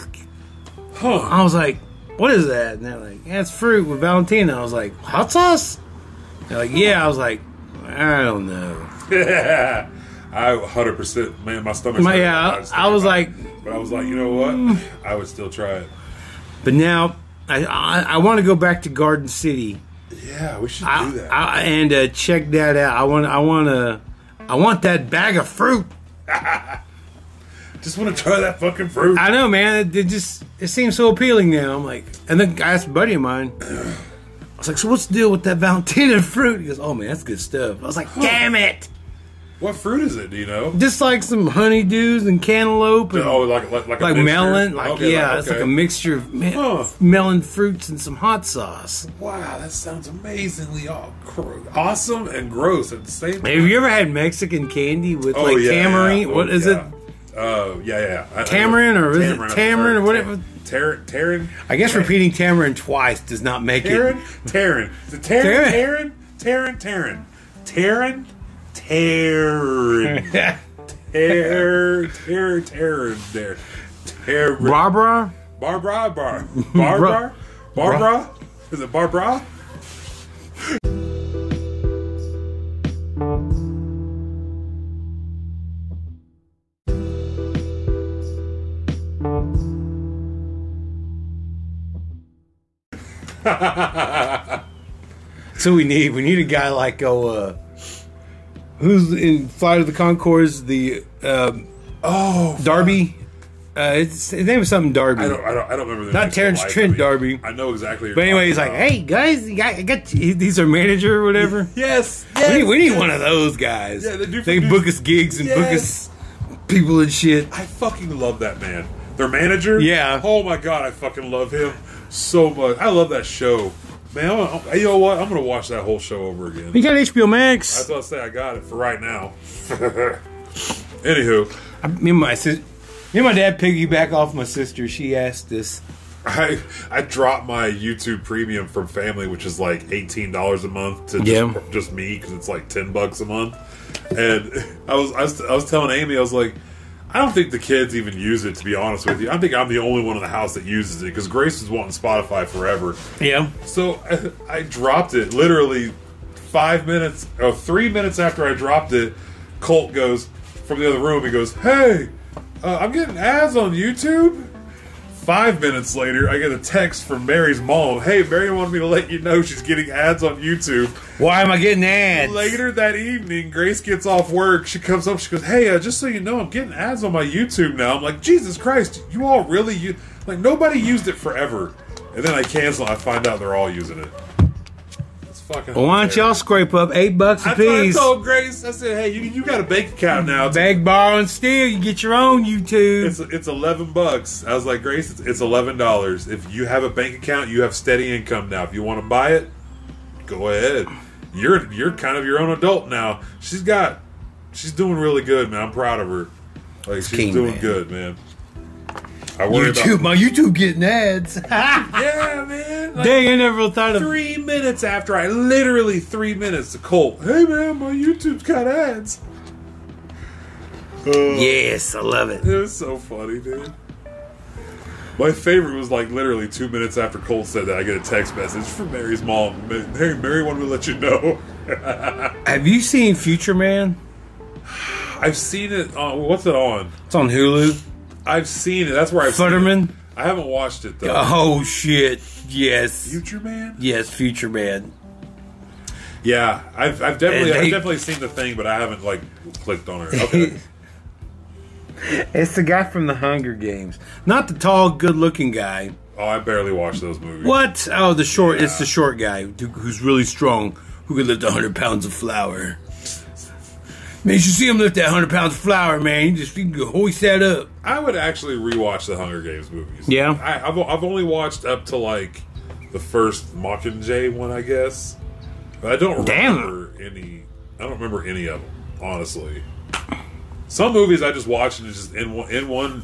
Huh?
I was like, "What is that?" And they're like, "Yeah, it's fruit with Valentina." I was like, "Hot sauce?" They're like, "Yeah." I was like, "I don't know."
I 100 percent man, my stomach.
My- yeah, I was like- Mm.
but I was like, you know what? I would still try it.
But now I I, I want to go back to Garden City
Yeah, we should
I,
do that.
I, and uh, check that out. I want I want to I want that bag of fruit.
Just want to try that fucking fruit.
I know, man. It, it just it seems so appealing now. I'm like, and then I asked a buddy of mine. I was like, "So what's the deal with that Valentina fruit?" He goes, "Oh man, that's good stuff." I was like, "Damn it!"
What fruit is it? Do you know?
Just like some honeydews and cantaloupe and
Oh, like like like, a
like
mixture?
melon. Like
Okay,
yeah,
like-
it's
okay.
like a mixture of me-
Huh.
melon fruits and some hot sauce.
Wow, that sounds amazingly aw- cr- awesome and gross at the same time.
Have you ever had Mexican candy with like tamarind?
yeah. Oh,
What is
yeah.
it?
Uh, yeah, yeah. I- I-
Tamarind or is it
I've
tamarind
heard.
or whatever?
Tar- Tarin,
I guess repeating tamarind twice does not make
Tarin,
it.
Tarin, the Tarin, Tarin, Tarin, Tarin, Tarin, Tarin, Tarin, Tarin, Tarin, there, Tarin.
Barbara?
Barbara, Bar, Barbara, Barbara, is it Barbara?
So we need we need a guy like oh uh who's in Flight of the Concords, the um
Oh,
Darby. Uh it's his name is something Darby.
I don't, I don't, I don't remember. The
Not
name for
Terrence
life of
Trent
me.
D'Arby.
I know exactly.
but anyway, he's like, Hey guys, you got, I got you. he's our manager or whatever.
yes,
We
yes,
need, we need
yes.
one of those guys.
Yeah, they do
They
produce-
book us gigs and book
Yes.
us people and shit.
I fucking love that man. Their manager.
Yeah.
Oh my god, I fucking love him so much. I love that show, man. I'm, I'm- you know what? I'm gonna watch that whole show over again.
You got HBO Max.
That's what I say. I got it for right now. Anywho,
Me and my sis, me and my dad piggyback off my sister. She asked us.
I I dropped my YouTube Premium from family, which is like eighteen dollars a month to just,
Yeah.
just me because it's like ten bucks a month. And I was, I was I was telling Amy, I was like, I don't think the kids even use it. To be honest with you, I think I'm the only one in the house that uses it because Grace is wanting Spotify forever.
Yeah.
So I, I dropped it literally five minutes, oh, three minutes after I dropped it. Colt goes from the other room. He goes, "Hey, uh, I'm getting ads on YouTube." Five minutes later, I get a text from Mary's mom. Hey, Mary wanted me to let you know she's getting ads on YouTube.
Why am I getting ads?
Later that evening, Grace gets off work. She comes up. She goes, "Hey, uh, just so you know, I'm getting ads on my YouTube now." I'm like, "Jesus Christ, you all really you like nobody used it forever." And then I cancel. I find out they're all using it. It's fucking.
Well, why don't y'all scrape up eight bucks
I,
a
told- I
piece?
told Grace. I said, "Hey, you you got a bank account now? It's,
Beg, borrow, and steal. You get your own YouTube.
it's it's eleven bucks." I was like, "Grace, it's, it's eleven dollars. If you have a bank account, you have steady income now. If you want to buy it, go ahead. You're you're kind of your own adult now. She's got she's doing really good, man. I'm proud of her. Like she's
king,
doing
man.
good, man. I worry
YouTube.
about
My YouTube getting ads. Dang,
yeah, man. Like,
I never thought of.
Three minutes after I literally three minutes to Colt. Hey man, my YouTube's got ads. Uh,
Yes, I love it.
It was so funny, dude. My favorite was like literally two minutes after Colt said that, I get a text message from Mary's mom. Ma- Hey, Mary wanted me to let you know.
Have you seen Future Man?
I've seen it on. What's it on?
It's on Hulu.
I've seen it. That's where I've seen
Futterman.
it. I haven't watched it though.
Oh shit! Yes,
Future Man.
yes, Future Man.
Yeah, I've, I've definitely
And
I've
they-
definitely seen the thing, but I haven't like clicked on it. Okay.
It's the guy from the Hunger Games. Not the tall, good-looking guy.
oh, I barely watch those movies.
What? Oh, the short. It's
Yeah.
the short guy who- who's really strong, who could lift 100 pounds of flour. Man, you should see him lift that 100 pounds of flour, man. You just you can hoist that up.
I would actually rewatch the Hunger Games movies.
Yeah.
I, I've I've only watched up to like the first Mockingjay one, I guess. But I don't
Damn.
remember any. I don't remember any of them, honestly. Some movies I just watch and it's just in one in one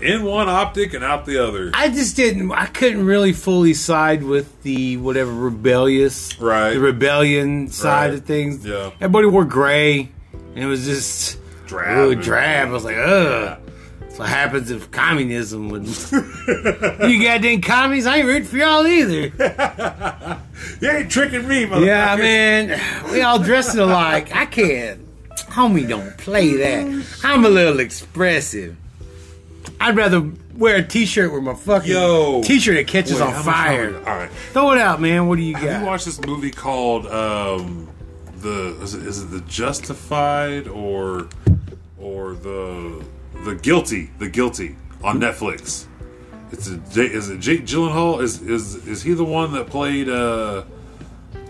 in one optic and out the other.
I just didn't. I couldn't really fully side with the whatever rebellious,
Right.
The rebellion side
Right.
of things.
Yeah.
Everybody wore gray, and it was just
Drab
really
and-
drab. I was like, ugh. That's what happens if communism would. you goddamn commies! I ain't rooting for y'all either.
You ain't tricking me, motherfucker.
Yeah, man, we all dressed alike. I can't. Homie, don't play that. I'm a little expressive. I'd rather wear a t-shirt with my fucking
Yo.
t-shirt that catches
Wait, how
on
much
fire.
longer? All right.
Throw it out, man. What do you
Have
got?
you watched this movie called um, the is it, is it the Justified or or the the Guilty the Guilty on Netflix? It's a J- is it Jake Gyllenhaal is is is he the one that played uh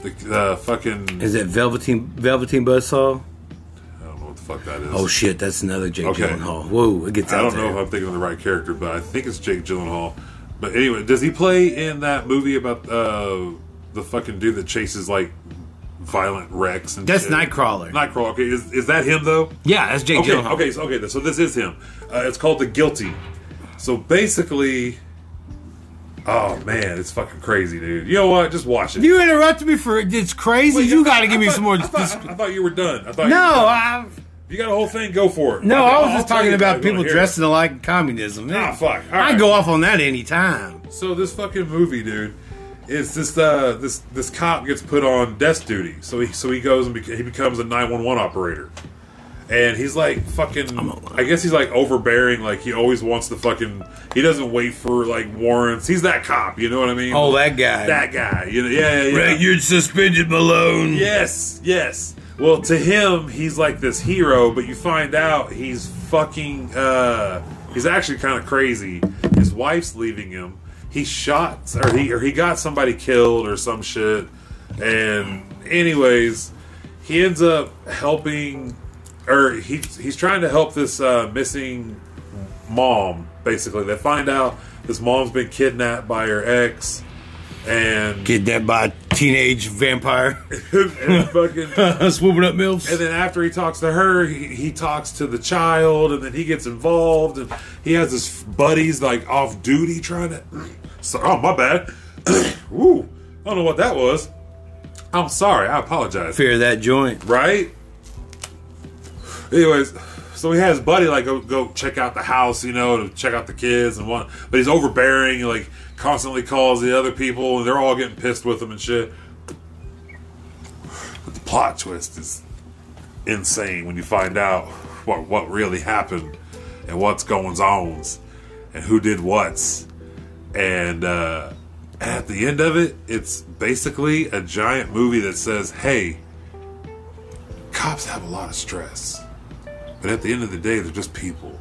the uh, fucking
Is it Velveteen Velveteen Buzzsaw?
I don't know what the the fuck that is.
Oh shit, that's another Jake
Okay.
Gyllenhaal. Whoa, it gets
I
out
don't
there.
know if I'm thinking of the right character, but I think it's Jake Gyllenhaal. But anyway, does he play in that movie about uh, the fucking dude that chases like violent wrecks and
That's
shit?
Nightcrawler.
Nightcrawler. Okay, is, is that him though?
yeah, that's Jake
Okay,
Gyllenhaal.
okay, so okay, so this is him. Uh, it's called The Guilty. So basically, oh man, it's fucking crazy, dude. You know what? Just watch it.
You interrupted me for it's crazy.
Wait,
you
I thought-
got to give
I
me
thought-
some more.
I thought, I thought you were done. I thought
no,
you were done.
I,
If you got a whole thing, go for it.
no,
I'll-
I was
I'll
just
tell
talking
you if I
about
wanna
people
hear it.
dressing alike in communism.
Ah, fuck. All
I
right.
go off on that anytime.
So this fucking movie, dude, is this uh this this cop gets put on desk duty. So he so he goes and bec- he becomes a nine one one operator, and he's like fucking. I guess he's like overbearing. Like he always wants the fucking. He doesn't wait for like warrants. He's that cop. You know what I mean?
Oh, that guy.
That guy. You know? Yeah. Yeah. yeah.
you're suspended, Malone.
Yes, yes. Well, to him, he's like this hero, but you find out he's fucking. Uh, he's actually kind of crazy. His wife's leaving him. He shot, or he, or he got somebody killed, or some shit. And anyways, he ends up helping, or he, he's trying to help this uh, missing mom. Basically, they find out this mom's been kidnapped by her ex, and
Get that by a teenage vampire
and fucking.
Uh, swooping up milfs.
And then after he talks to her, he, he talks to the child, and then he gets involved, and he has his buddies like off duty trying to. So, oh my bad. Woo! I don't know what that was. I'm sorry. I apologize.
Fear that joint.
Right? Anyways, so he has his buddy like go, go check out the house, you know, to check out the kids and what, but he's overbearing, he, like constantly calls the other people, and they're all getting pissed with him and shit. But the plot twist is insane when you find out what what really happened and what's going on and who did what's and uh, at the end of it it's basically a giant movie that says hey cops have a lot of stress but at the end of the day they're just people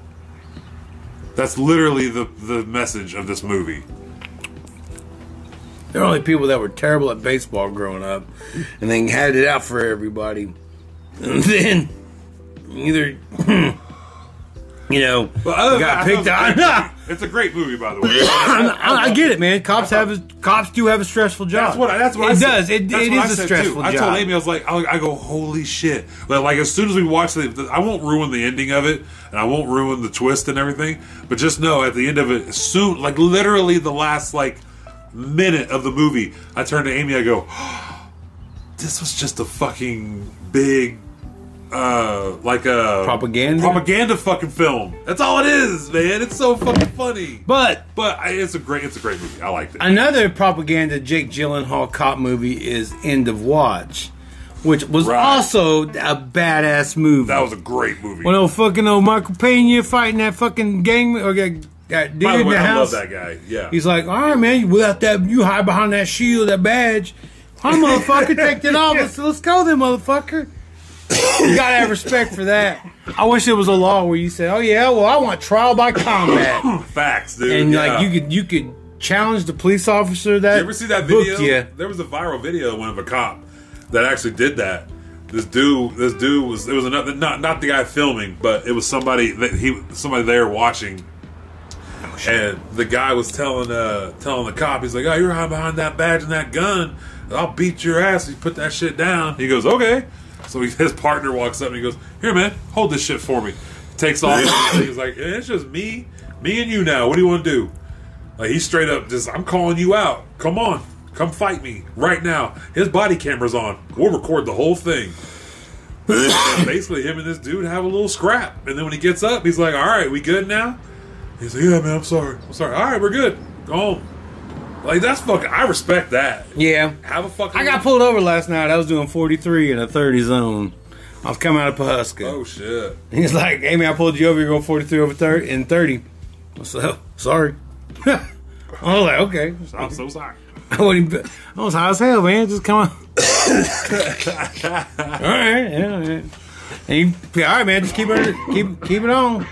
that's literally the, the message of this movie
They're only people that were terrible at baseball growing up, and then had it out for everybody. And then either you know
but other
got
than that, I
picked
thought it was a
on.
great movie. it's a great movie by the way
I, I get it, man. Cops have a, cops do have a stressful job.
That's what. I- That's what
it
I said.
does. It,
That's
it
what I
is
said,
a
too.
stressful
I
job.
told Amy, I was like, I, I go, holy shit! Like, like as soon as we watch the, the- I won't ruin the ending of it, and I won't ruin the twist and everything. But just know, at the end of it, soon, like literally the last like minute of the movie, I turn to Amy, I go, this was just a fucking big. Uh, like a
Propaganda?
propaganda fucking film. That's all it is, man. It's so fucking funny. But,
but
I, it's a great, it's a great movie. I liked it.
another propaganda Jake Gyllenhaal cop movie is End of Watch, which was
Right.
also a badass movie.
that was a great movie.
when old fucking old Michael Pena fighting that fucking gang or that, that dude
By the
in
way,
the
I love
house.
that guy. Yeah.
He's like, all right, man, without that, you hide behind that shield, that badge. Hi, motherfucker, take that off. Let's, let's go then, motherfucker. You gotta have respect for that. I wish there was a law where you said, oh, yeah, well, I want trial by combat.
facts, dude.
And,
yeah.
like, you could you could challenge the police officer that.
You ever see that
booked
video?
ya.
There was a viral video of one of a cop that actually did that. This dude, this dude was it was another not not the guy filming, but it was somebody that he somebody there watching.
Oh,
And the guy was telling uh telling the cop, he's like, "Oh, you're hiding behind that badge and that gun. I'll beat your ass." He put that shit down. He goes, "Okay." So he, his partner walks up and he goes, "Here, man, hold this shit for me." Takes off. he's like, "Eh, "It's just me, me and you now. What do you want to do?" Like he straight up just, I'm calling you out. Come on, come fight me right now. His body camera's on. We'll record the whole thing. And basically, him and this dude have a little scrap, and then when he gets up, he's like, "All right, we good now?" He's like, "Yeah, man, I'm sorry. I'm sorry. All right, we're good. Go home." Like that's fucking. I respect that.
Yeah.
Have a fucking.
I got pulled over last night. I was doing 43 in a 30 zone. I was coming out of Pahuska.
Oh shit.
He's like, hey man, I pulled you over. You're going 43 over 30 and 30. So "Oh, sorry. I was like, okay.
I'm so sorry.
I wouldn't. be- I was high as hell, man. Just come on. all right, yeah. yeah. And you, all right, man. Just keep it, keep, keep it on.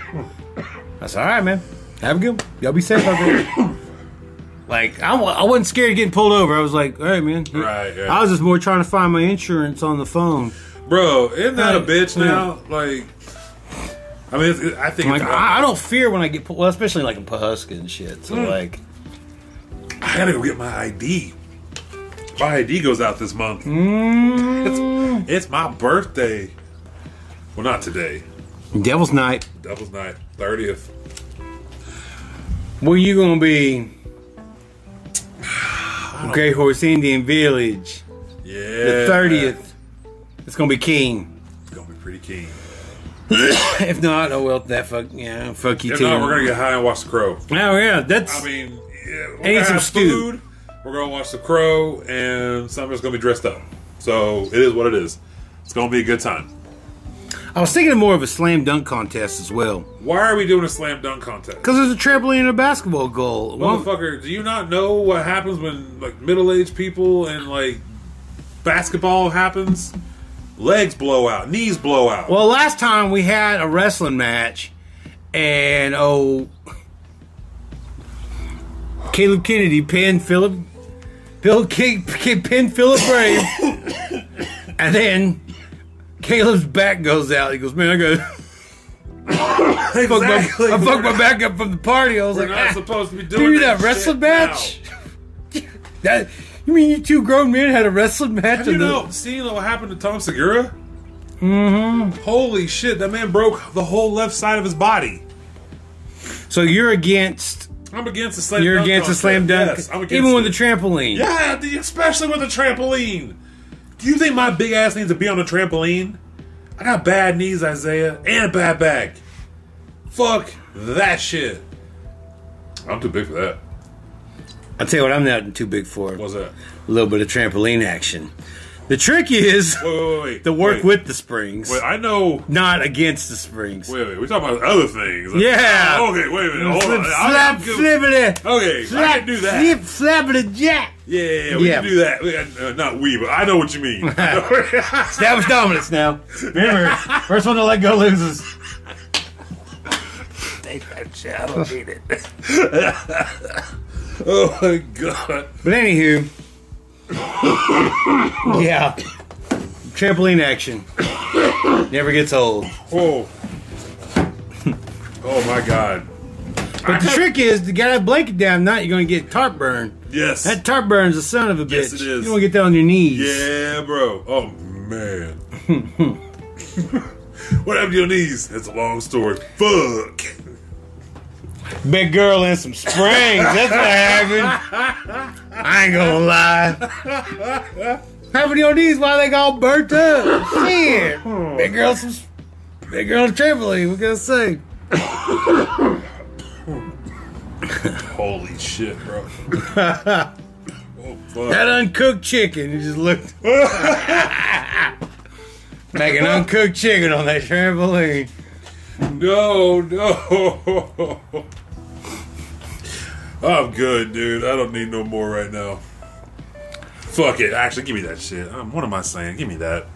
That's all right, man. Have a good. one. Y'all be safe out there. Like I, wa- I wasn't scared of getting pulled over. I was like, all right, man.
Right, yeah.
I was just more trying to find my insurance on the phone.
bro, isn't that a
Right.
bitch now? Like, I mean, it's, it, I think
Like
it's,
I, I don't fear when I get pu- well, especially like in Pahuska and shit. So like,
I gotta go get my ID. My ID goes out this month.
Mm.
It's, it's my birthday. Well, not today.
Devil's Night.
Devil's Night, thirtieth.
Where you gonna be? Okay, Horse Indian Village,
Yeah,
the thirtieth. It's gonna be King.
It's gonna be pretty keen.
If not, oh well, that fuck yeah, fuck you
If
too.
not, we're gonna get high and watch the crow.
Oh yeah, that's
I mean, yeah, we're
And eat
gonna
some
have
stew.
food. We're gonna watch the crow, and Summer's gonna be dressed up. So it is what it is. It's gonna be a good time.
I was thinking of more of a slam dunk contest as well.
Why are we doing a slam dunk contest?
Because there's a trampoline and a basketball goal. One-
Motherfucker, do you not know what happens when like middle-aged people and like basketball happens? Legs blow out, knees blow out.
Well, last time we had a wrestling match, and oh, Caleb Kennedy pinned Philip, Bill King pinned Philip Brave, and then Caleb's back goes out. He goes, "Man, I got fuck my, I fucked my back up from the party." I was
We're
like,
not
"Ah,
supposed to be doing
"Dude,
that,
that wrestling
shit
match?
now.
that you mean you two grown men had a wrestling match?"
Have you
in the-
know seen what happened to Tom Segura? Mm-hmm.
Mm-hmm.
Holy shit, that man broke the whole left side of his body.
So you're against
I'm against the slam.
you're
dunk
against a
contest.
slam dunk,
Yes, I'm against
even with
it.
the trampoline.
Yeah, the- especially with the trampoline. Do you think my big ass needs to be on the trampoline? I got bad knees, Isaiah, and a bad back. Fuck that shit. I'm too big for that.
I'll tell you what I'm not too big for.
What's that?
a little bit of trampoline action. The trick is
Wait, wait, wait.
to work
wait,
with the springs,
Wait, I know.
not against the springs.
Wait, wait. We're talking about other things.
Yeah.
Oh, okay, wait a minute. Hold
Flip,
on. I-
slap,
I'm good-
flippity.
Okay, I
Slap,
can do that.
Flip, slappity, jack.
Yeah, yeah, yeah, we
Yeah.
can do that. We- uh, not we, but I know what you mean. I
That was dominance now. Remember, first one to let go loses.
know. oh my god.
But anywho, yeah, trampoline action never gets old.
Oh. Oh my god.
But the trick is to get a blanket down. Not you're gonna get tarp burn.
Yes.
That tarp burn's a son of a bitch.
Yes, it is.
You want to get that on your knees.
Yeah, bro. Oh man. what happened to your knees? That's a long story. Fuck.
Big girl and some springs. That's what happened. I ain't gonna lie. Happened to your knees while they got all burnt up. Shit.
Hmm.
Big girl some big girl and trampoline. What can I say?
Holy shit, bro. oh fuck.
That uncooked chicken. You just looked. Making uncooked chicken on that trampoline.
No, no. I'm good, dude. I don't need no more right now. Fuck it. Actually, give me that shit. Um, what am I saying? Give me that.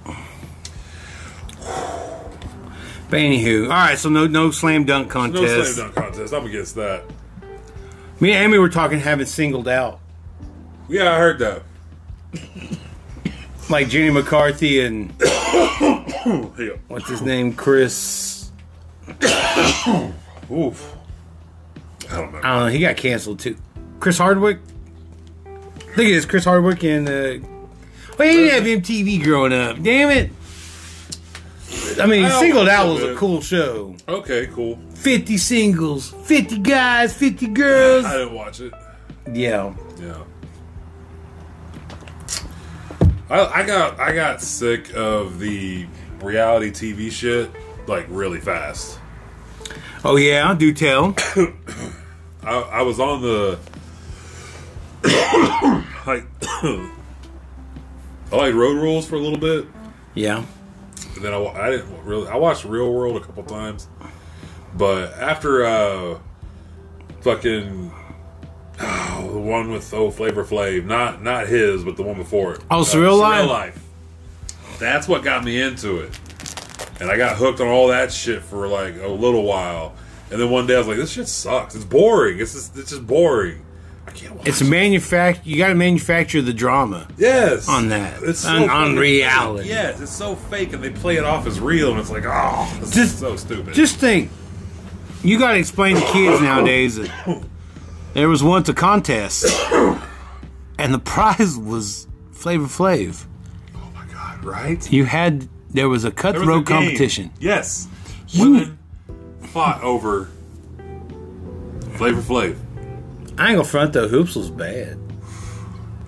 But anywho, all right. So no, no slam dunk contest.
No slam dunk contest. I'm against that.
Me and Amy were talking having singled out
Yeah, I heard that.
like Jenny McCarthy and
Yeah.
what's his name, Chris.
Oof. I don't know.
I don't know. He got canceled too. Chris Hardwick. I think it is Chris Hardwick and. Uh, well, he didn't have MTV growing up. Damn it. I mean,
Oh,
singled out was a
man.
cool show.
Okay, cool.
Fifty singles, fifty guys, fifty
I
girls.
didn't watch it.
Yeah.
Yeah. I, I got I got sick of the reality TV shit like really fast.
Oh yeah, do tell.
I, I was on the like I like Road Rules for a little bit,
Yeah.
and then I, wa- I didn't really I watched Real World a couple times, but after uh fucking oh, the one with oh Flavor Flav, not not his, but the one before it.
Oh,
Uh,
Surreal Life?
That's what got me into it, and I got hooked on all that shit for like a little while, and then one day I was like, this shit sucks. It's boring. It's just, it's just boring. I can't watch.
It's manufact. You got to manufacture the drama.
yes
on that.
It's so
On- on
fucking fake.
reality.
Yes, it's so fake, and they play it off as real, and it's like, oh, this
Just-
is so stupid.
Just think, you got to explain to kids nowadays that there was once a contest, and the prize was Flavor Flav.
oh my god, right?
You had there was a
There was a
cutthroat
game.
competition.
Yes,
You-
women fought over Flavor Flav.
I ain't gonna front though. Hoops was bad.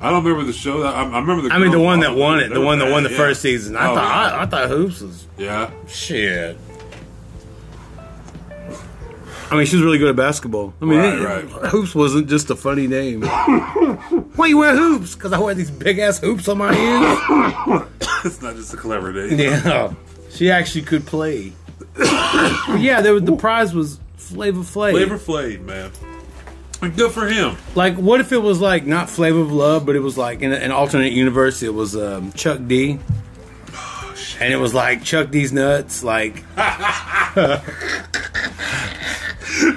I don't remember the show. That, I, I remember the.
I mean, the
girl-
one that won it,
they
the
were
one that
bad,
won the
yeah.
first season. I
Oh,
thought "Ah." I, I thought Hoops was
Yeah.
shit. I mean, she was really good at basketball. I mean,
Right,
it-
right.
Hoops wasn't just a funny name. Why you wear hoops? Because I wear these big ass hoops on my ears.
it's not just a clever name.
Yeah, she actually could play. But yeah, there was, the prize was Flavor Flav.
Flavor Flav, man. And good for him.
Like, what if it was like not Flavor of Love, but it was like in a- an alternate universe? It was um, Chuck D, and it was like Chuck D's nuts. Like,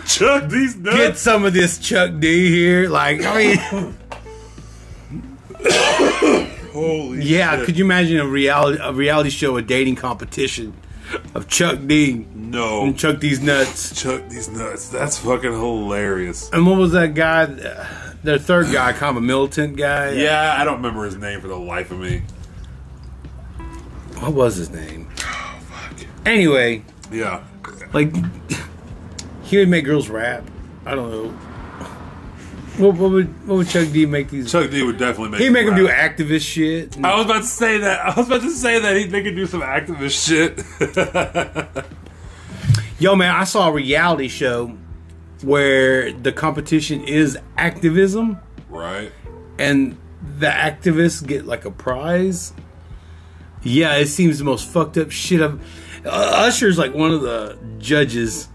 Chuck these
get
nuts.
some of this Chuck D here. Like, I mean,
Holy
yeah.
shit.
Could you imagine a reality a reality show, a dating competition of Chuck D
no.
and Chuck D's nuts?
Chuck these nuts. That's fucking hilarious.
And what was that guy? uh, Their third guy, kind of a militant guy.
Yeah, I don't remember his name for the life of me.
What was his name? Anyway,
Yeah.
like he would make girls rap. I don't know. What, what would what would Chuck D make these?
Chuck D would definitely make
He'd make them do
rap.
activist shit.
I was about to say that. I was about to say that he'd make him do some activist shit.
Yo, man, I saw a reality show where the competition is activism,
right?
and the activists get like a prize. Yeah, it seems the most fucked up shit I've. Uh, Usher's like one of the judges.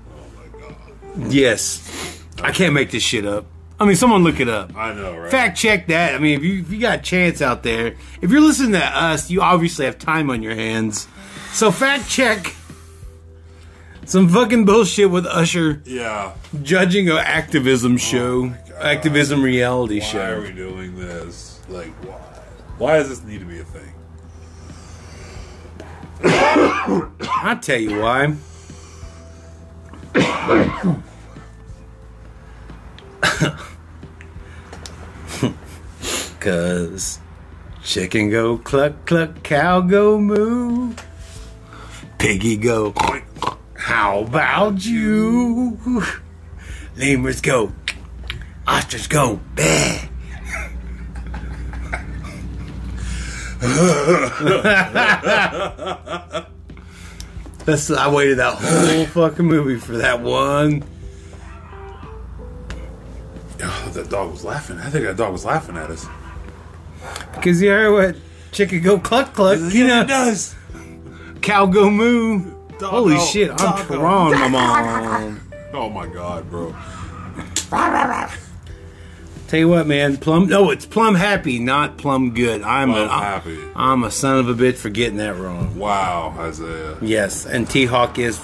Yes, I can't make this shit up. I mean, someone look it up.
I know, right?
fact check that. I mean, if you if you got a chance out there, if you're listening to us, you obviously have time on your hands. So fact check some fucking bullshit with Usher
Yeah.
judging a activism show, activism reality
Why are
show.
we doing this? Like, why? Why does this need to be a thing?
I'll tell you why. Cause chicken go cluck cluck, cow go moo, piggy go.
Like,
How about you? Lemurs go. Ostrich go. Bah. That's I waited that whole fucking movie for that one.
oh, that dog was laughing. I think that dog was laughing at us.
Cause you heard what chicken go cluck cluck, you
Yeah,
know,
it does.
cow go moo.
Doggo,
Holy shit, I'm
doggo.
drawn, my mom.
Oh my god, bro.
Tell you what, man, plum. No, it's plum happy, not plum good. I'm
Plum
a, I'm-
happy.
I'm a son of a bitch for getting that wrong.
Wow, Isaiah.
Yes, and T Hawk is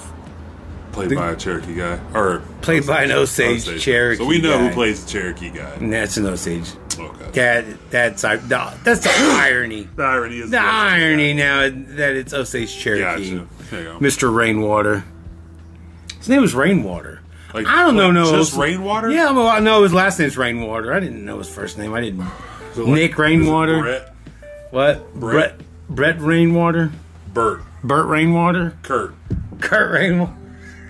Played by a Cherokee guy. Or
played by an Osage, Cherokee.
So we know
guy. Mm.
who plays the Cherokee guy.
And that's an Osage.
Okay.
That that's I- no, that's the irony.
The irony is
The irony now that it's Osage Cherokee,
Gotcha. There you go.
Mr. Rainwater. His name was Rainwater.
Like-
I don't know.
like
No,
just
Osa-
rainwater.
Yeah, well, I know his last name's Rainwater. I didn't know his first name. I didn't.
So, like,
Nick
is it
Rainwater.
Brett,
What?
Brett.
Brett. Brett Rainwater.
Bert,
Burt Rainwater.
Kurt,
Kurt Rainwater.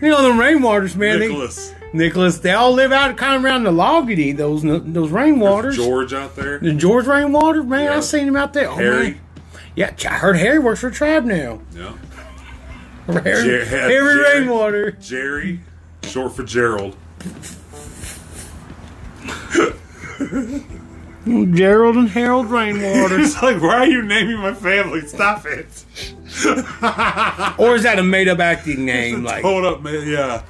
You know them Rainwaters, man. they-
Nicholas,
Nicholas. They all live out kind of around the Logity. Those those rainwaters. George,
George out there,
George Rainwater, man,
Yeah.
I seen him out there. Oh,
Harry.
man. yeah, I heard Harry works for Tribe now.
Yeah.
Harry,
Jer-
Harry
Jerry.
Rainwater.
Jerry, short for Gerald.
Gerald and Harold Rainwater.
It's like, why are you naming my family? Stop it.
or is that a made up acting name? Like
Hold up, man. Yeah.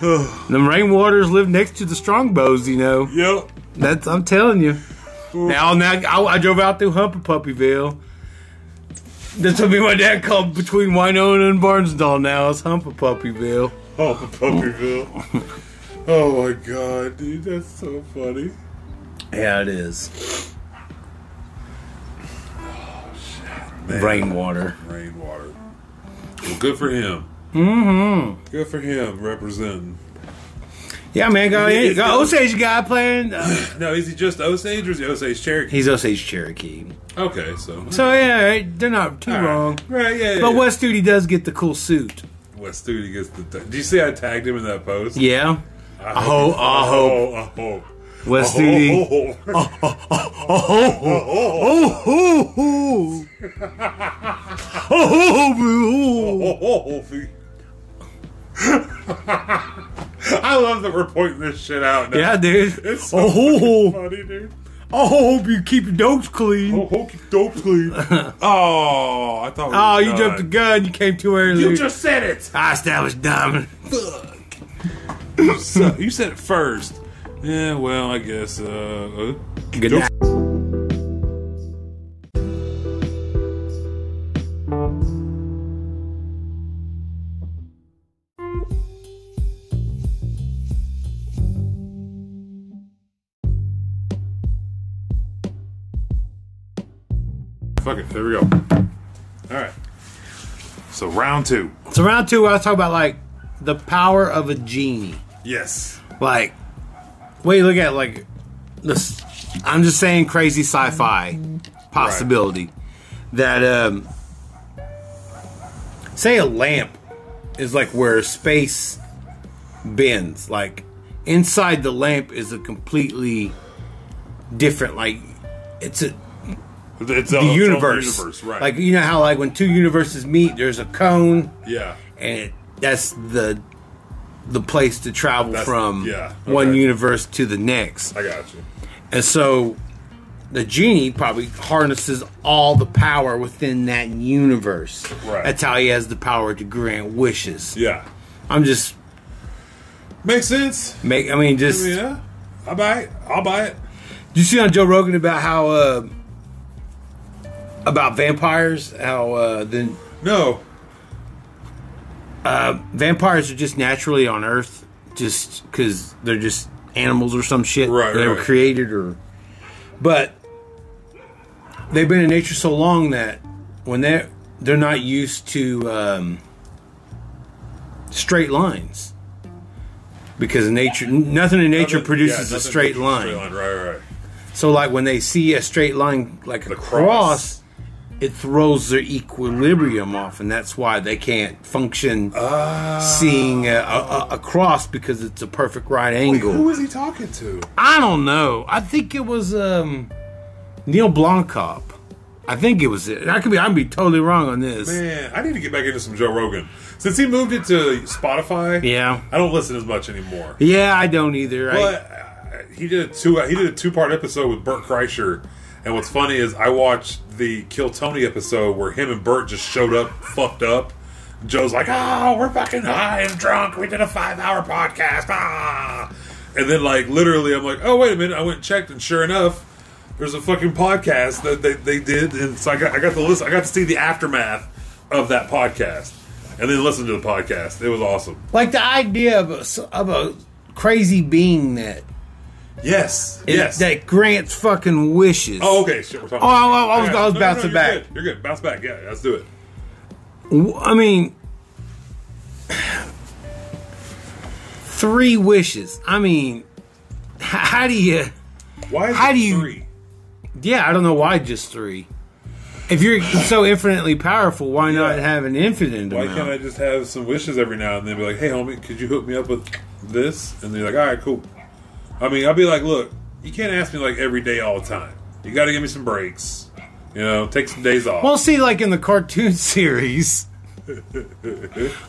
them Rainwaters live next to the Strongbows, you know.
Yep.
That's I'm telling you. Now, now I, I drove out through Hump Puppyville. That's what me and my dad called between Winona and Barnesdall. Now it's Hump Puppyville.
Oh, Puppyville. oh my god, dude, that's so funny.
Yeah, it is.
Man,
Rainwater.
Rainwater. Well, good for him. Mm-hmm. Good for him representing.
Yeah, man, got,
It is
got
good.
Osage guy playing. uh,
Now, is he just Osage or is he Osage Cherokee?
he's Osage Cherokee.
Okay, so.
So, yeah, right, they're not too
All right.
wrong.
Right, yeah. yeah.
But West Duty does get the cool suit.
West Duty gets the. Do you see I tagged him in that post? Oh,
Yeah.
I
hope- I
hope. I hope.
West
I
Duty.
hope.
Oh, ho, ho. oh, ho, ho, ho, ho.
Oh, oh, oh. I love that we're pointing this shit out. Now.
Yeah, dude.
It's so
Oh, ho, ho.
funny, dude.
Oh, ho, hope you keep your dogs clean.
Oh, hokey dope sleep. oh, I thought. we
Oh,
were
you jumped the
done.
gun. You came too early. Ah,
You just said it.
I established diamond.
So, you said it first. Yeah, well, I guess. Uh, uh,
Good
Nope.
night.
fuck it. There we go. All right. So round two.
So round two, I was talking about like the power of a genie.
Yes.
Like, what you look at like this. I'm just saying crazy sci-fi possibility that um, say a lamp is like where space bends. Like inside the lamp is a completely different. Like it's a
Oh, It's
the universe.
universe, right?
Like you know how like when two universes meet, there's a cone
yeah.
and it, that's the the place to travel
That's-
from
yeah,
one
okay.
universe to the next.
I got you.
And so the genie probably harnesses all the power within that universe.
Right.
That's how he has the power to grant wishes.
Yeah.
I'm just
Makes sense.
make I mean just
Yeah. I buy it. I'll buy it.
you see on Joe Rogan about how uh about vampires, how uh then
No.
vampires are just naturally on Earth, just because they're just animals or some shit.
Right,
They were
right.
created, or but they've been in nature so long that when they are they're not used to um, straight lines because in nature nothing in nature
Nothing- yeah,
produces a
nothing
straight
produces a
line.
Right, right, right.
So like when they see a straight line like a
The
cross,
cross.
it throws their equilibrium off, and that's why they can't function
Ah.
seeing a, a, a cross because it's a perfect right angle.
Who is he talking to?
I don't know. I think it was um, Neil Blomkamp. I think it was it. I could be. I'd be totally wrong on this.
Man, I need to get back into some Joe Rogan. Since he moved it to Spotify,
Yeah,
I don't listen as much anymore.
yeah. I don't either. I,
But uh, he did a two he did a two part episode with Burt Kreischer, and what's funny is I watched the Kill Tony episode where him and Burt just showed up fucked up. Joe's like, "Oh, we're fucking high and drunk. We did a five hour podcast." Ah, and then like literally, I'm like, "Oh wait a minute!" I went and checked, and sure enough. There's a fucking podcast that they, they did, and so I got, I got to listen. I got to see the aftermath of that podcast, and then listen to the podcast. It was awesome.
like the idea of a, of a crazy being that
Yes, yes.
that grants fucking wishes.
Oh, okay. Shit, we're talking.
Oh, I- I- I was-
Okay.
I was bouncing
you're
back.
Good. You're good. Bounce back. Yeah, let's do it.
W- I mean, three wishes. I mean, h- how do you?
Why is
How
it
do you-
three?
Yeah, I don't know why just three. If you're so infinitely powerful, why not
Yeah.
have an infinite
Why
amount?
can't I just have some wishes every now and then? Be like, hey, homie, could you hook me up with this? And they're like, all right, cool. I mean, I'll be like, look, you can't ask me like every day all the time. You got to give me some breaks. You know, take some days off.
Well, see, like in the cartoon series,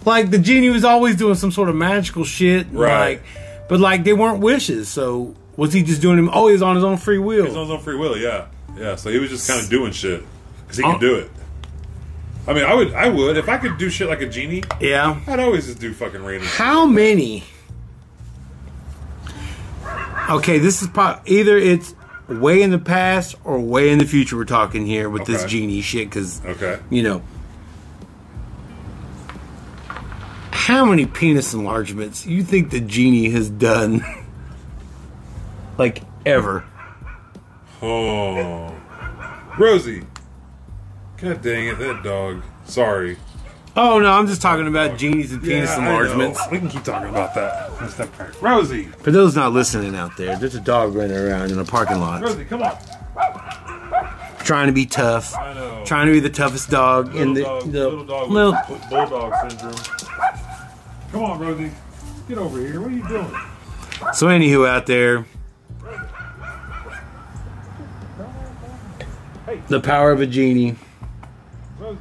like the genie was always doing some sort of magical shit, and,
Right.
Like, but like they weren't wishes. So was he just doing them? Oh, he was on his own free will.
He's on his own free will, yeah, yeah. So he was just kind of doing shit because he
Oh.
can do it. I mean, I would, I would, if I could do shit like a genie,
yeah.
I'd always just do fucking random. shit.
How many? Okay, this is pop. Either it's way in the past or way in the future. We're talking here with this
Okay.
genie shit because
Okay.
you know. How many penis enlargements you think the genie has done? like ever?
Oh, Rosie. God dang it, that dog. Sorry.
Oh no, I'm just talking about genies and penis
Yeah, I
enlargements.
know. We can keep talking about that. That's that part. Rosie.
For those not listening out there, there's a dog running around in a parking lot
Rosie, come on.
trying to be tough,
I know.
trying to be the toughest dog in the,
dog,
the
little dog
little-
with bu- bulldog syndrome. Come on, Rosie. Get over here. What are you doing?
So, anywho, out there, the power of a genie.
Rosie.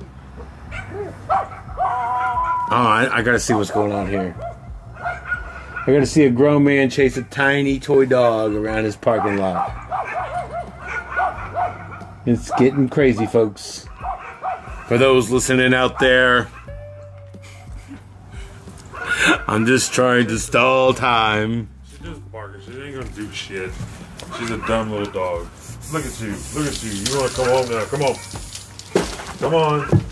Oh, I, I gotta see what's going on here. I gotta see a grown man chase a tiny toy dog around his parking lot. It's getting crazy, folks. For those listening out there, I'm just trying to stall time.
She's just barking. She ain't gonna do shit. She's a dumb little dog. Look at you. Look at you. You wanna come home now? Come on. Come on.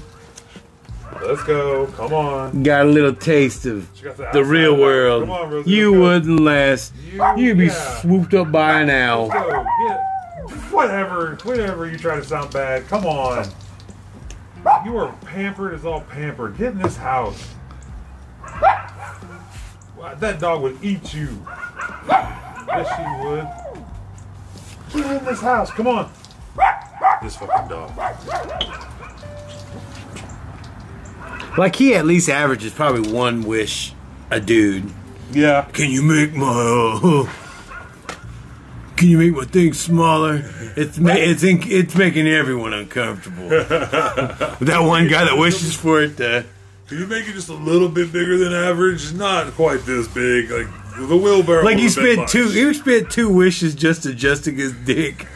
Let's go. Come on.
Got a little taste of
She got
the
outside
real
dog.
world.
Come on, Rosie.
you
Let's go.
wouldn't last.
You-
You'd be
yeah.
swooped up by an owl.
Let's go. Get. Whatever. Whatever. You try to sound bad. Come on. You are pampered as all pampered. Get in this house. Why, That dog would eat you. Yes, she would. Get in this house. Come on. This fucking dog.
Like he at least averages probably one wish a dude.
Yeah.
Can you make my uh, Can you make my thing smaller? It's ma- it's in- it's making everyone uncomfortable. that one guy that wishes for it to
Can you make it just a little bit bigger than average? Not quite this big. Like the wheelbarrow.
like he
was a bit
spent
much.
two he spent two wishes just adjusting his dick.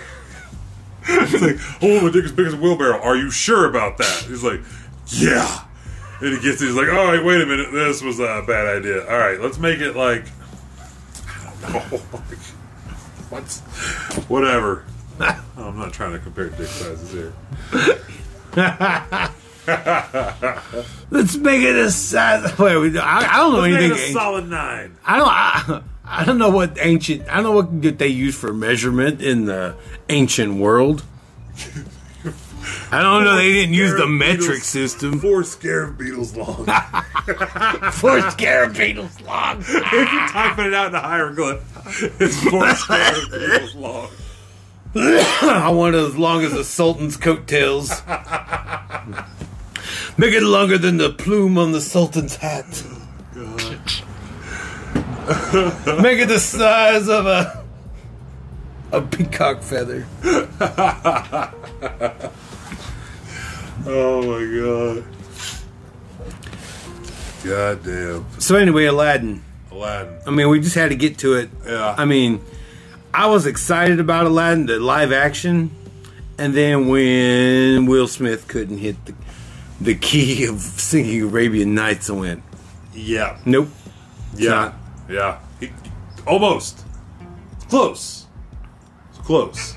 It's like, oh, my dick is big as a wheelbarrow. Are you sure about that? He's like, yeah. And he gets, he's like, all right, wait a minute. This was a bad idea. All right, let's make it like, I don't know. Like, what's, whatever. Oh, I'm not trying to compare dick sizes here.
Let's make it a size. Wait, we- I, I don't know
Make it
anything.
a solid nine.
I don't. I, I don't know what ancient. I don't know what that they use for measurement in the ancient world. I don't know. They didn't use the
Scarab
metric
beetles-
system.
Four scarab beetles long.
Four scarab beetles long.
if you type it out in a hieroglyph, it's four scarab beetles long.
I want it as long as the Sultan's coattails. Make it longer than the plume on the Sultan's hat. Make it the size of a a peacock feather.
Oh my god. God damn.
So anyway, Aladdin.
Aladdin.
I mean, we just had to get to it.
Yeah.
I mean, I was excited about Aladdin, the live action, and then when Will Smith couldn't hit the, the key of singing Arabian Nights, I went,
Yeah.
nope.
Yeah.
not.
Yeah. He, almost. Close. It's Close.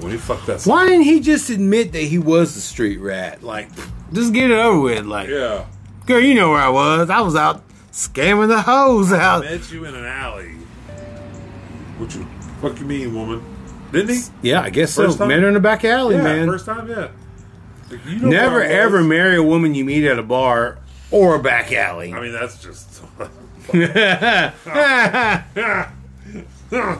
When he fucked that
Why didn't he just admit that he was the street rat? Like, just get it over with. Like,
Yeah.
girl, you know where I was. I was out scamming the hoes out.
Met you in an alley. What you fuck you mean, woman? Didn't he?
Yeah, I guess
First
so.
time?
Men are in the back alley,
yeah,
man.
first time, yeah. Like, you know
Never
where I was.
ever marry a woman you meet at a bar or a back alley.
I mean, that's just.
So,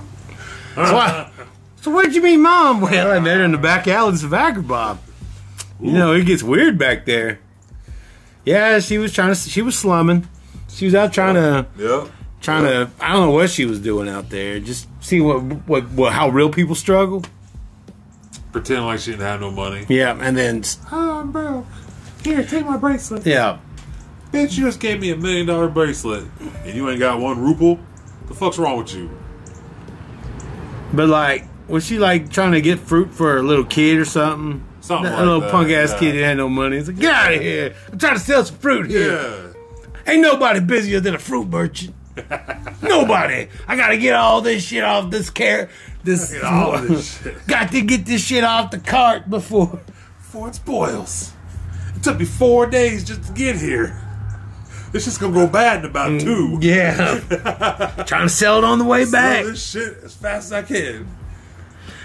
I- so what did you mean, Mom? Well, I met her in the back alley of Vagabond. You know, it gets weird back there. Yeah, she was trying to. She was slumming. She was out trying to,
yeah.
trying to. I don't know what she was doing out there. Just see what, what, what how real people struggle.
Pretend like she didn't have no money.
Yeah, and then
Oh, I'm broke. Here, take my bracelet.
yeah,
Bitch, you just gave me a million dollar bracelet and you ain't got one ruple? The fuck's wrong with you?
but like, was she like trying to get fruit for a little kid or something?
Something
That
like
little
that,
punk ass
yeah.
kid that had no money. He's like, get out of here! I'm trying to sell some fruit here.
Yeah.
Ain't nobody busier than a fruit merchant. nobody. I gotta get all this shit off this car. This,
Get all this shit.
got to get this shit off the cart before.
Before it spoils. It took me four days just to get here. It's just gonna go bad
Mm,
in about two.
Yeah. Trying to sell it on the way
Sell
back.
this shit as fast as I can.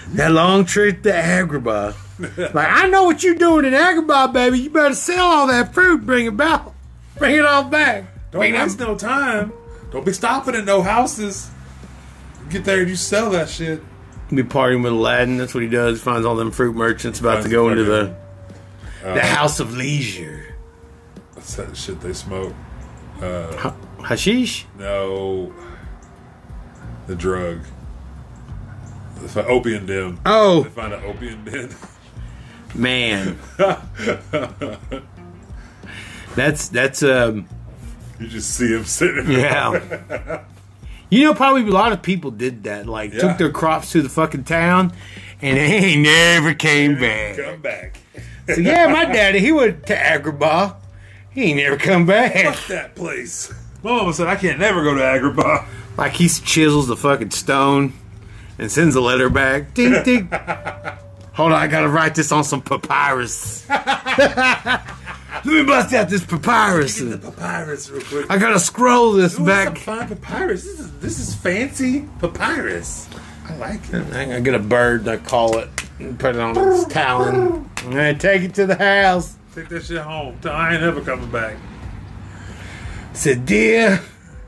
That long trip to Agrabah. like, I know what you're doing in Agrabah, baby. You better sell all that fruit, bring it back. Bring it all back.
Don't
Bring it-
waste no time. Don't be stopping at no houses. Get there and you sell that shit.
be partying with Aladdin. That's what he does. Finds all them fruit merchants about to go into the the
Uh-huh.
house of leisure.
That's that shit they smoke.
Ha- hashish.
No. The drug. If I opium den.
Oh
They find an opium den.
man, that's that's um
You just see him sitting there.
yeah. You know, probably a lot of people did that. Like
Yeah.
took their crops to the fucking town, and they ain't never came back.
Come back.
So, yeah, my daddy he went to Agrabah. He ain't never come back.
Fuck that place. My mama said I can't never go to Agrabah.
Like he chisels the fucking stone and sends a letter back. Ding ding. Hold on, I gotta write this on some papyrus. Let me bust out this papyrus.
Get the papyrus real quick.
I gotta scroll this
Ooh, this is
back.
some fine papyrus. This is this is fancy papyrus. I like it.
I gotta get a bird and I call it and put it on its talon. I'm gonna take it to the house.
Take that shit home. I ain't ever coming back.
Said, dear,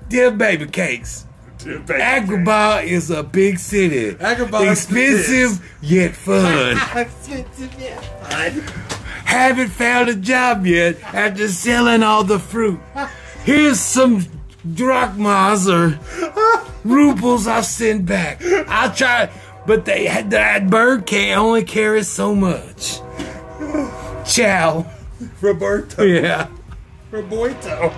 dear baby cakes.
Dude, baby.
Agrabah is a big city.
Agrabah is
expensive yet fun. Haven't found a job yet after selling all the fruit. Here's some drachmas or rubles I've sent back. I'll try, but they had that bird can only carry so much. Ciao.
Roberto.
Yeah.
Roberto.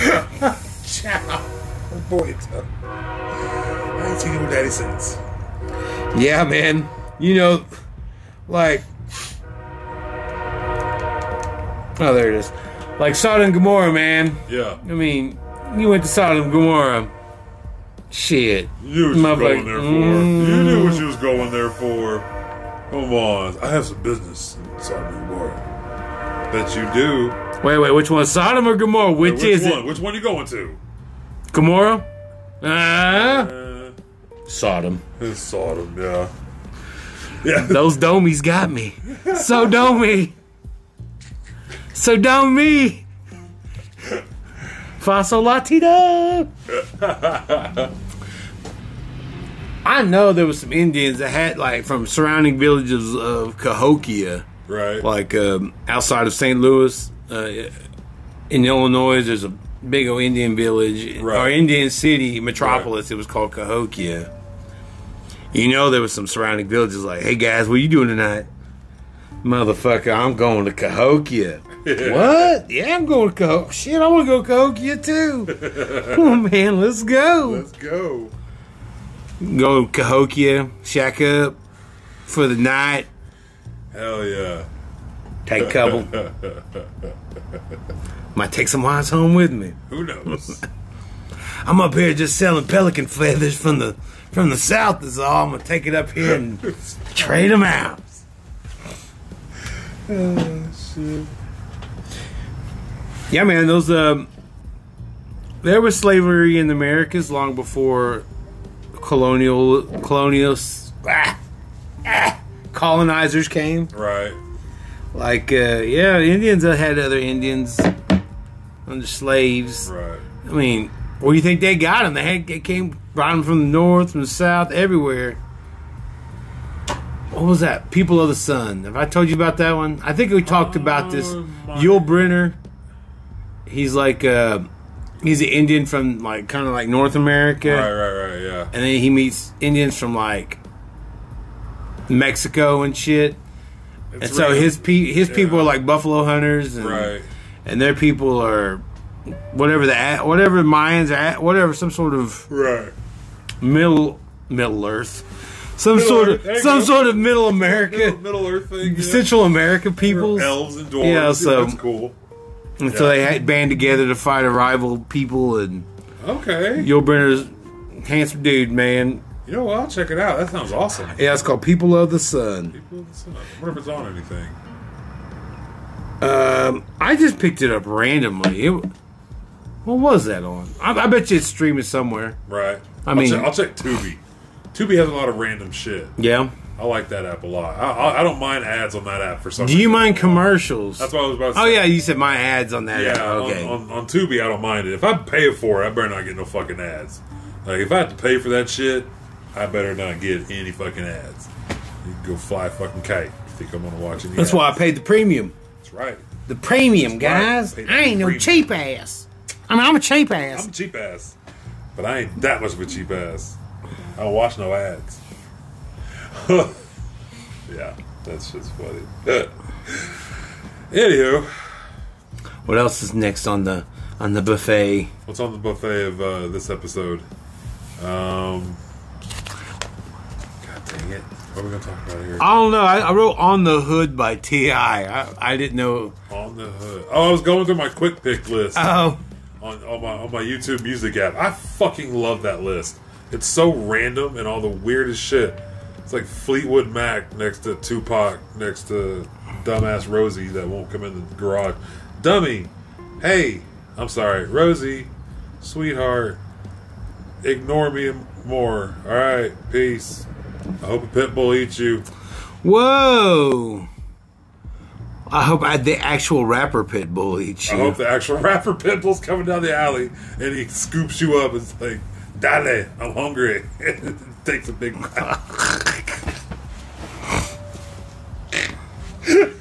Ciao. Roberto. I ain't seen your daddy since.
Yeah, man. You know, like. Oh, there it is. Like Sodom and Gomorrah, man.
Yeah.
I mean, you went to Sodom and Gomorrah. Shit.
You knew what you was
Motherfucker.
going there for. You knew
Mm.
what you was going there for. Come on. I have some business in Saudi Arabia. Bet you do.
Wait, wait, which one? Sodom or Gomorrah? Which,
Which
is
one?
it?
Which one you going to?
Gomorrah? Uh,
Uh,
Sodom.
Sodom, yeah. Yeah.
Those domies got me. So domey. So domey. Faso Latino. I know there was some Indians that had like from surrounding villages of Cahokia,
Right.
like um, outside of St. Louis, uh, in Illinois. There's a big old Indian village or
Right.
Indian city metropolis. It was called Cahokia. You know, there was some surrounding villages like, "Hey guys, what you doing tonight?" Motherfucker, I'm going to Cahokia. What? Yeah, I'm going to Cahokia. Shit, I want to go to Cahokia too. oh man, let's go.
Let's go.
Go to Cahokia, shack up for the night.
Hell yeah.
Take a couple. Might take some wines home with me.
Who knows?
I'm up here just selling pelican feathers from the from the south. Is all I'm gonna take it up here and trade them out.
Shit.
Yeah, man. Those um, there was slavery in the Americas long before colonial colonials ah, ah, colonizers came.
Right.
Like, uh, yeah, Indians had other Indians under slaves.
Right.
I mean, where do you think they got them? They had they came brought them from the north, from the south, everywhere. What was that? People of the Sun. Have I told you about that one? I think we talked about this.
Oh, my.
Yul Brynner. He's like uh he's an Indian from like kind of like North America,
Right, right, right, yeah.
and then he meets Indians from like Mexico and shit. and so
random.
his pe- his people
Yeah.
are like buffalo hunters and
Right.
and their people are whatever the at whatever Mayans are at whatever some sort of
Right.
middle Middle Earth, some
Middle
sort
Earth,
of
there you
some
go.
sort of Middle America,
Middle, Middle Earth thing. Yeah.
Central America peoples,
Elves and dwarves.
Yeah, so-
that's cool.
and so they had band together to fight a rival people. And
Okay.
Yul Brynner's handsome dude, man.
You know what? I'll check it out. That sounds awesome.
Yeah, it's called People of the Sun.
People, listen up. I wonder if it's on anything.
Um, I just picked it up randomly. It, what was that on? I, I bet you it's streaming somewhere.
Right.
I mean-
I'll check, I'll check Tubi. Tubi has a lot of random shit.
Yeah.
I like that app a lot. I, I, I don't mind ads on that app for some.
Do you
reason.
mind commercials?
That's what I was about. to
Oh
say.
yeah, you said my ads on that.
Yeah,
Okay.
on, on, on Tubi, I don't mind it. If I pay for it, I better not get no fucking ads. Like, if I have to pay for that shit, I better not get any fucking ads. You can go fly a fucking kite. if You think I'm gonna watch any?
That's
ads.
why I paid the premium.
That's right.
The premium,
That's
guys.
right. Paid the
I ain't no
premium.
cheap ass. I mean, I'm a cheap ass.
I'm a cheap ass, but I ain't that much of a cheap ass. I don't watch no ads. yeah, that's just funny. Anywho,
What else is next on the on the buffet?
what's on the buffet of uh, this episode? Um, God dang it! What are we gonna talk about here?
I don't know. I, I wrote "On the Hood" by Ti. I, I didn't know.
On the hood. Oh, I was going through my quick pick list
Oh,
on, on my on my YouTube music app. I fucking love that list. It's so random and all the weirdest shit. It's like Fleetwood Mac next to Tupac next to dumbass Rosie that won't come in the garage. Dummy, hey, I'm sorry, Rosie, sweetheart, ignore me more. All right, peace. I hope a pit bull eats you.
whoa! I hope I, the actual rapper Pitbull eats
I
you.
hope the actual rapper Pitbull's coming down the alley and he scoops you up and's like, Dale, I'm hungry. and takes a big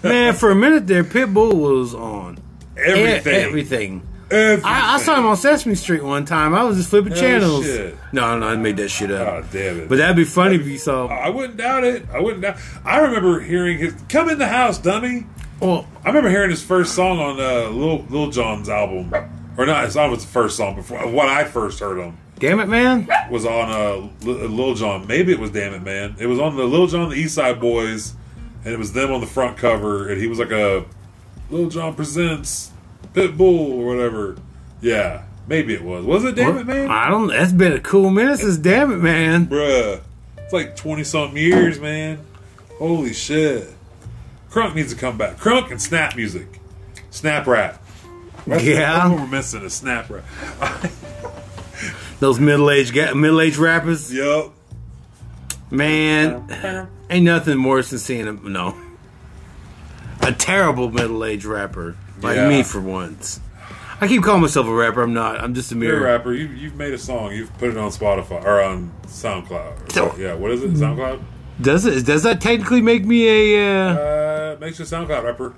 Man, for a minute there, Pitbull was on e-
everything.
everything.
everything.
I, I saw him on Sesame Street one time. I was just flipping channels.
shit. Oh,
No, no, I made that shit up.
God damn it.
But that'd be funny if you saw.
I wouldn't doubt it. I wouldn't doubt I remember hearing his Come in the House, Dummy.
Well,
I remember hearing his first song on uh, Lil, Lil Jon's album. Or not, his album was the first song before what I first heard him.
damn it, man!
was on uh, Li- Lil Jon. Maybe it was Damn It Man. It was on the Lil Jon the East Side Boys, and it was them on the front cover. And he was like a Lil Jon presents Pitbull or whatever. Yeah, maybe it was. Was it Damn It Man?
I don't. That's been a cool minute since Damn it, man.
Bruh, it's like twenty something years, man. Holy shit! Crunk needs to come back. Crunk and snap music, snap rap. That's-
Yeah.
that's what we're missing is snap rap.
Those middle-aged ga- middle-aged rappers,
Yup.
man. Ain't nothing worse than seeing a no. A terrible middle-aged rapper like
Yeah.
me for once. I keep calling myself a rapper. I'm not. I'm just a
You're
mere.
a rapper. You, you've made a song. You've put it on Spotify or on SoundCloud. Or
So- Mm-hmm.
yeah, what is it? SoundCloud?
Does it? Does that technically make me a? Uh,
Uh, makes you a SoundCloud rapper.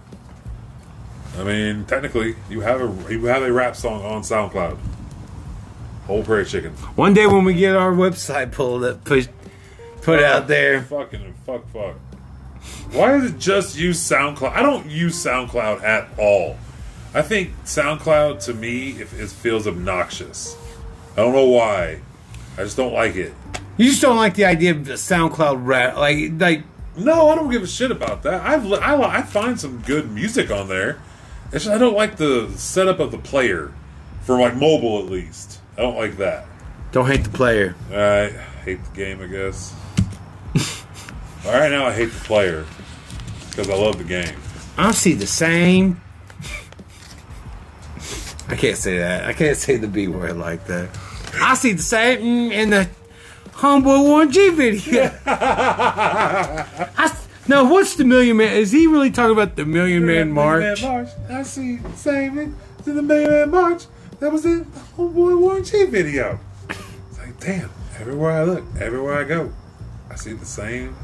I mean, technically, you have a you have a rap song on SoundCloud. Whole prairie chicken.
one day when we get our website pulled up, push, put out there.
Fucking fuck, fuck. Why is it just use SoundCloud? I don't use SoundCloud at all. I think SoundCloud to me if it feels obnoxious. I don't know why. I just don't like it.
You just don't like the idea of the SoundCloud rap, like like
No, I don't give a shit about that. I've li- I, li- I find some good music on there. It's just, I don't like the setup of the player for like mobile at least. I don't like that.
don't hate the player.
I hate the game, I guess. All right, now I hate the player because I love the game.
I see the same. I can't say that. I can't say the B word like that. I see the same mm, in the Homeboy One G video. I s now, what's the Million Man? Is he really talking about the Million Man March?
I see saving to the Million Man March. That was in the Homeboy Warren G video. It's like, damn, everywhere I look, everywhere I go, I see the same.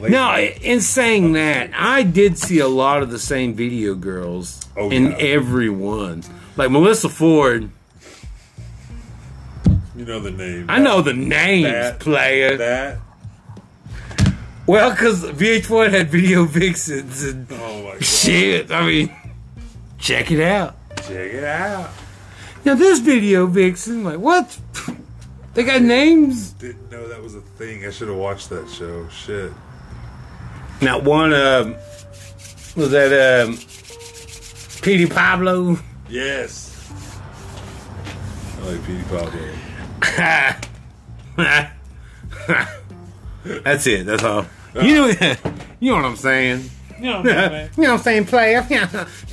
lady.
Now, i- in saying that, I did see a lot of the same video girls
Oh,
in
yeah.
every one. Like Melissa Ford,
You know the name.
I know the names,
That-
player.
that.
Well, because VH1 had video vixens and
Oh my god!
shit. I mean, check it out.
Check it out.
Now this video vixen, like what? They got names.
Didn't know that was a thing. I should have watched that show. Shit.
Now one um, was that um, Petey Pablo.
Yes. I like Petey Pablo.
That's it. That's all. You know, you know what I'm saying.
No,
you know what I'm saying, player.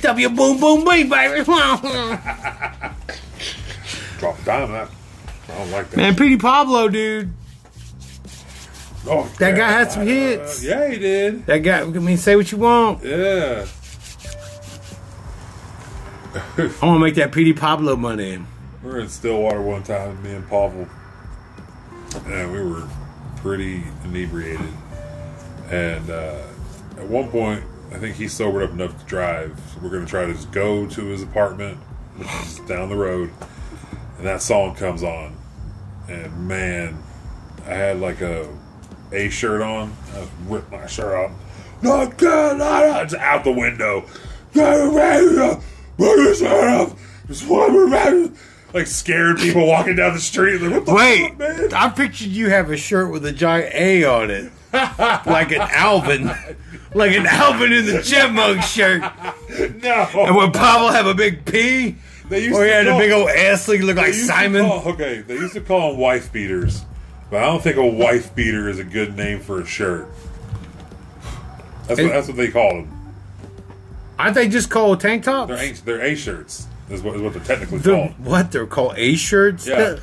W boom boom boom, baby.
Drop dime. I I don't like that.
Man, Petey Pablo, dude.
Oh,
That
yeah.
guy had some hits.
Yeah, he did.
That guy, I mean, say what you want.
Yeah.
I want to make that PD Pablo money.
We were in Stillwater one time, me and Pavel, and we were pretty inebriated. And uh, at one point, I think he sobered up enough to drive. So we're going to try to just go to his apartment, which is down the road. And that song comes on. And man, I had like a A shirt on. I ripped my shirt off. North Carolina! It's out the window. Carolina! Put your shirt off! Just walk around. Like scared people walking down the street. Like, what the
Wait,
fuck, man?
I pictured you have a shirt with a giant A on it, like an Alvin, like an Alvin in the Chipmunk shirt.
No.
And would Pavel have a big P?
They used
or he
to
had a
call-
big old ass that looked like
They used to
Simon?
call- okay, they used to call them wife beaters, but I don't think a wife beater is a good name for a shirt. That's
It-
what, that's what they call them.
Aren't they just called tank tops?
They're A, they're A shirts. Is what, is what they're technically
They're-
called.
what? They're called A shirts?
Yeah.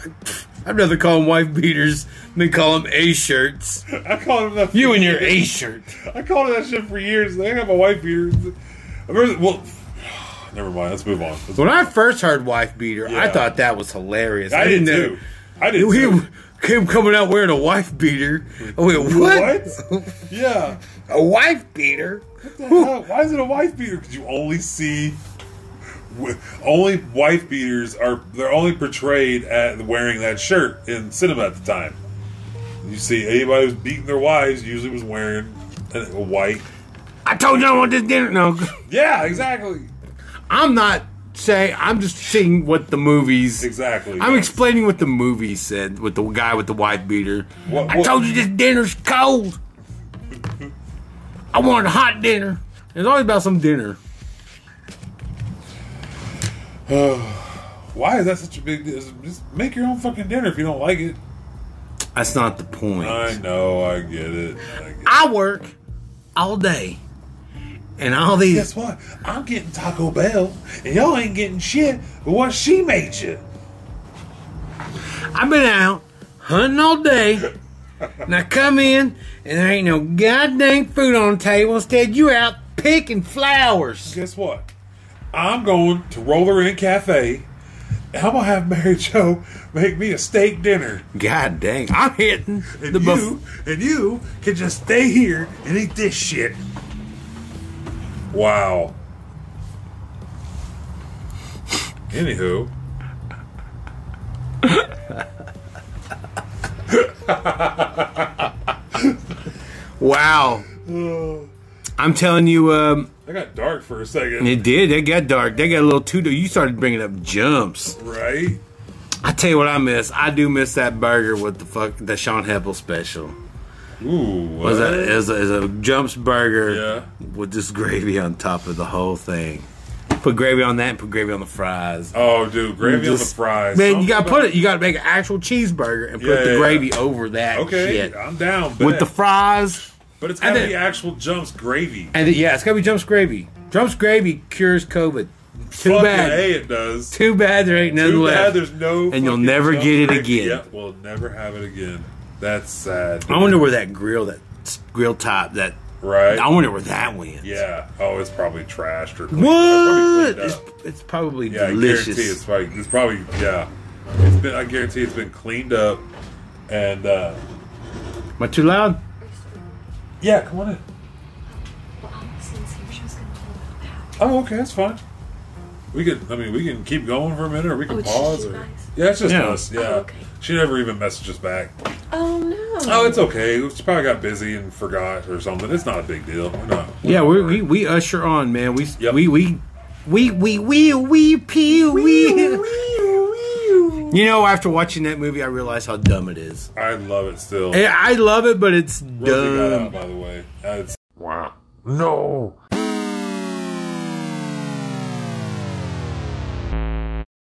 I'd rather call them wife beaters than call them A shirts.
I called them that.
You and your A shirt.
I called them that shit for years. They have a wife beater. I remember, well, never mind. Let's move on. Let's-
When I first heard wife beater, I
Yeah.
thought that was hilarious.
I did
know-
too. I did
He
too.
came coming out wearing a wife beater. I went, what?
What? yeah.
A wife beater?
the hell? Why is it a wife beater? Because you only see, wi- only wife beaters are they're only portrayed at wearing that shirt in cinema at the time. You see anybody who's beating their wives usually was wearing a a white.
I told you I want this dinner. No,
Yeah, exactly,
I'm not saying. I'm just seeing what the movies.
exactly.
I'm
yes.
explaining what the movie said with the guy with the wife beater.
What-
I
what-
told you this dinner's cold. I want a hot dinner. It's always about some dinner.
Why is that such a big? deal? Just make your own fucking dinner if you don't like it.
That's not the point.
I know, I get it. I get it.
I work all day, and all these
Guess what? I'm getting Taco Bell, and y'all ain't getting shit. But what she made you?
I've been out hunting all day. And I come in and there ain't no goddamn food on the table. Instead, you out picking flowers.
guess what? I'm going to Roller Inn Cafe. And I'm gonna have Mary Jo make me a steak dinner,
God dang, I'm hitting
and
the
you
buff-
and you can just stay here and eat this shit. Wow. Anywho,
Wow.
Uh.
I'm telling you, um,
I got dark for a second,
it did. They got dark. They got a little too. You started bringing up jumps.
right?
I tell you what, I miss. I do miss that burger with the fuck the Sean Heppel special.
Ooh,
It was
what?
a, it was a, it was a jumps burger
Yeah.
with just gravy on top of the whole thing. Put gravy on that and put gravy on the fries.
Oh, dude, gravy on the
Just-
fries.
Man, you gotta
Something
put it. You gotta make an actual cheeseburger and put
Yeah,
the
yeah,
gravy over that
about- Okay,
shit
I'm down.
with
bet.
the fries.
but it's
and
gotta
then-
be actual jumps gravy.
And it- yeah, it's gotta be Jumps gravy. Jumps gravy cures COVID. Too
Fucking
bad.
A, it does.
Too bad there ain't none
Too
left.
bad there's no
And you'll
fucking
never
jump
get it
gravy.
again.
Yep, we'll never have it again. That's sad.
I wonder where that grill, that s- grill top, that
Right?
I wonder where that went.
yeah. Oh, it's probably trashed or cleaned- probably
What?
cleaned
It's,
up.
it's probably
Yeah, I guarantee
delicious.
it's probably it's probably yeah. It's been I guarantee it's been cleaned up and uh
Am I too loud?
yeah, come on in.
Well, Alex didn't say if she was going to pull it back.
Oh, okay, that's fine. We can I mean we can keep going for a minute or we can
Oh, it's just
pause
you
or
guys? Oh,
Yeah, it's just
Yeah.
us. Yeah.
okay.
She never even messaged us back.
Oh no!
Oh, it's okay. She probably got busy and forgot or something. It's not a big deal. We're not
Yeah, we we, we usher on, man. We
Yep.
we we we we we we pee we. You know, after watching that movie, I realized how dumb it is.
I love it still.
I I love it, but it's
Rosie got
dumb.
out, by the way. Uh, it's-
Wow. No,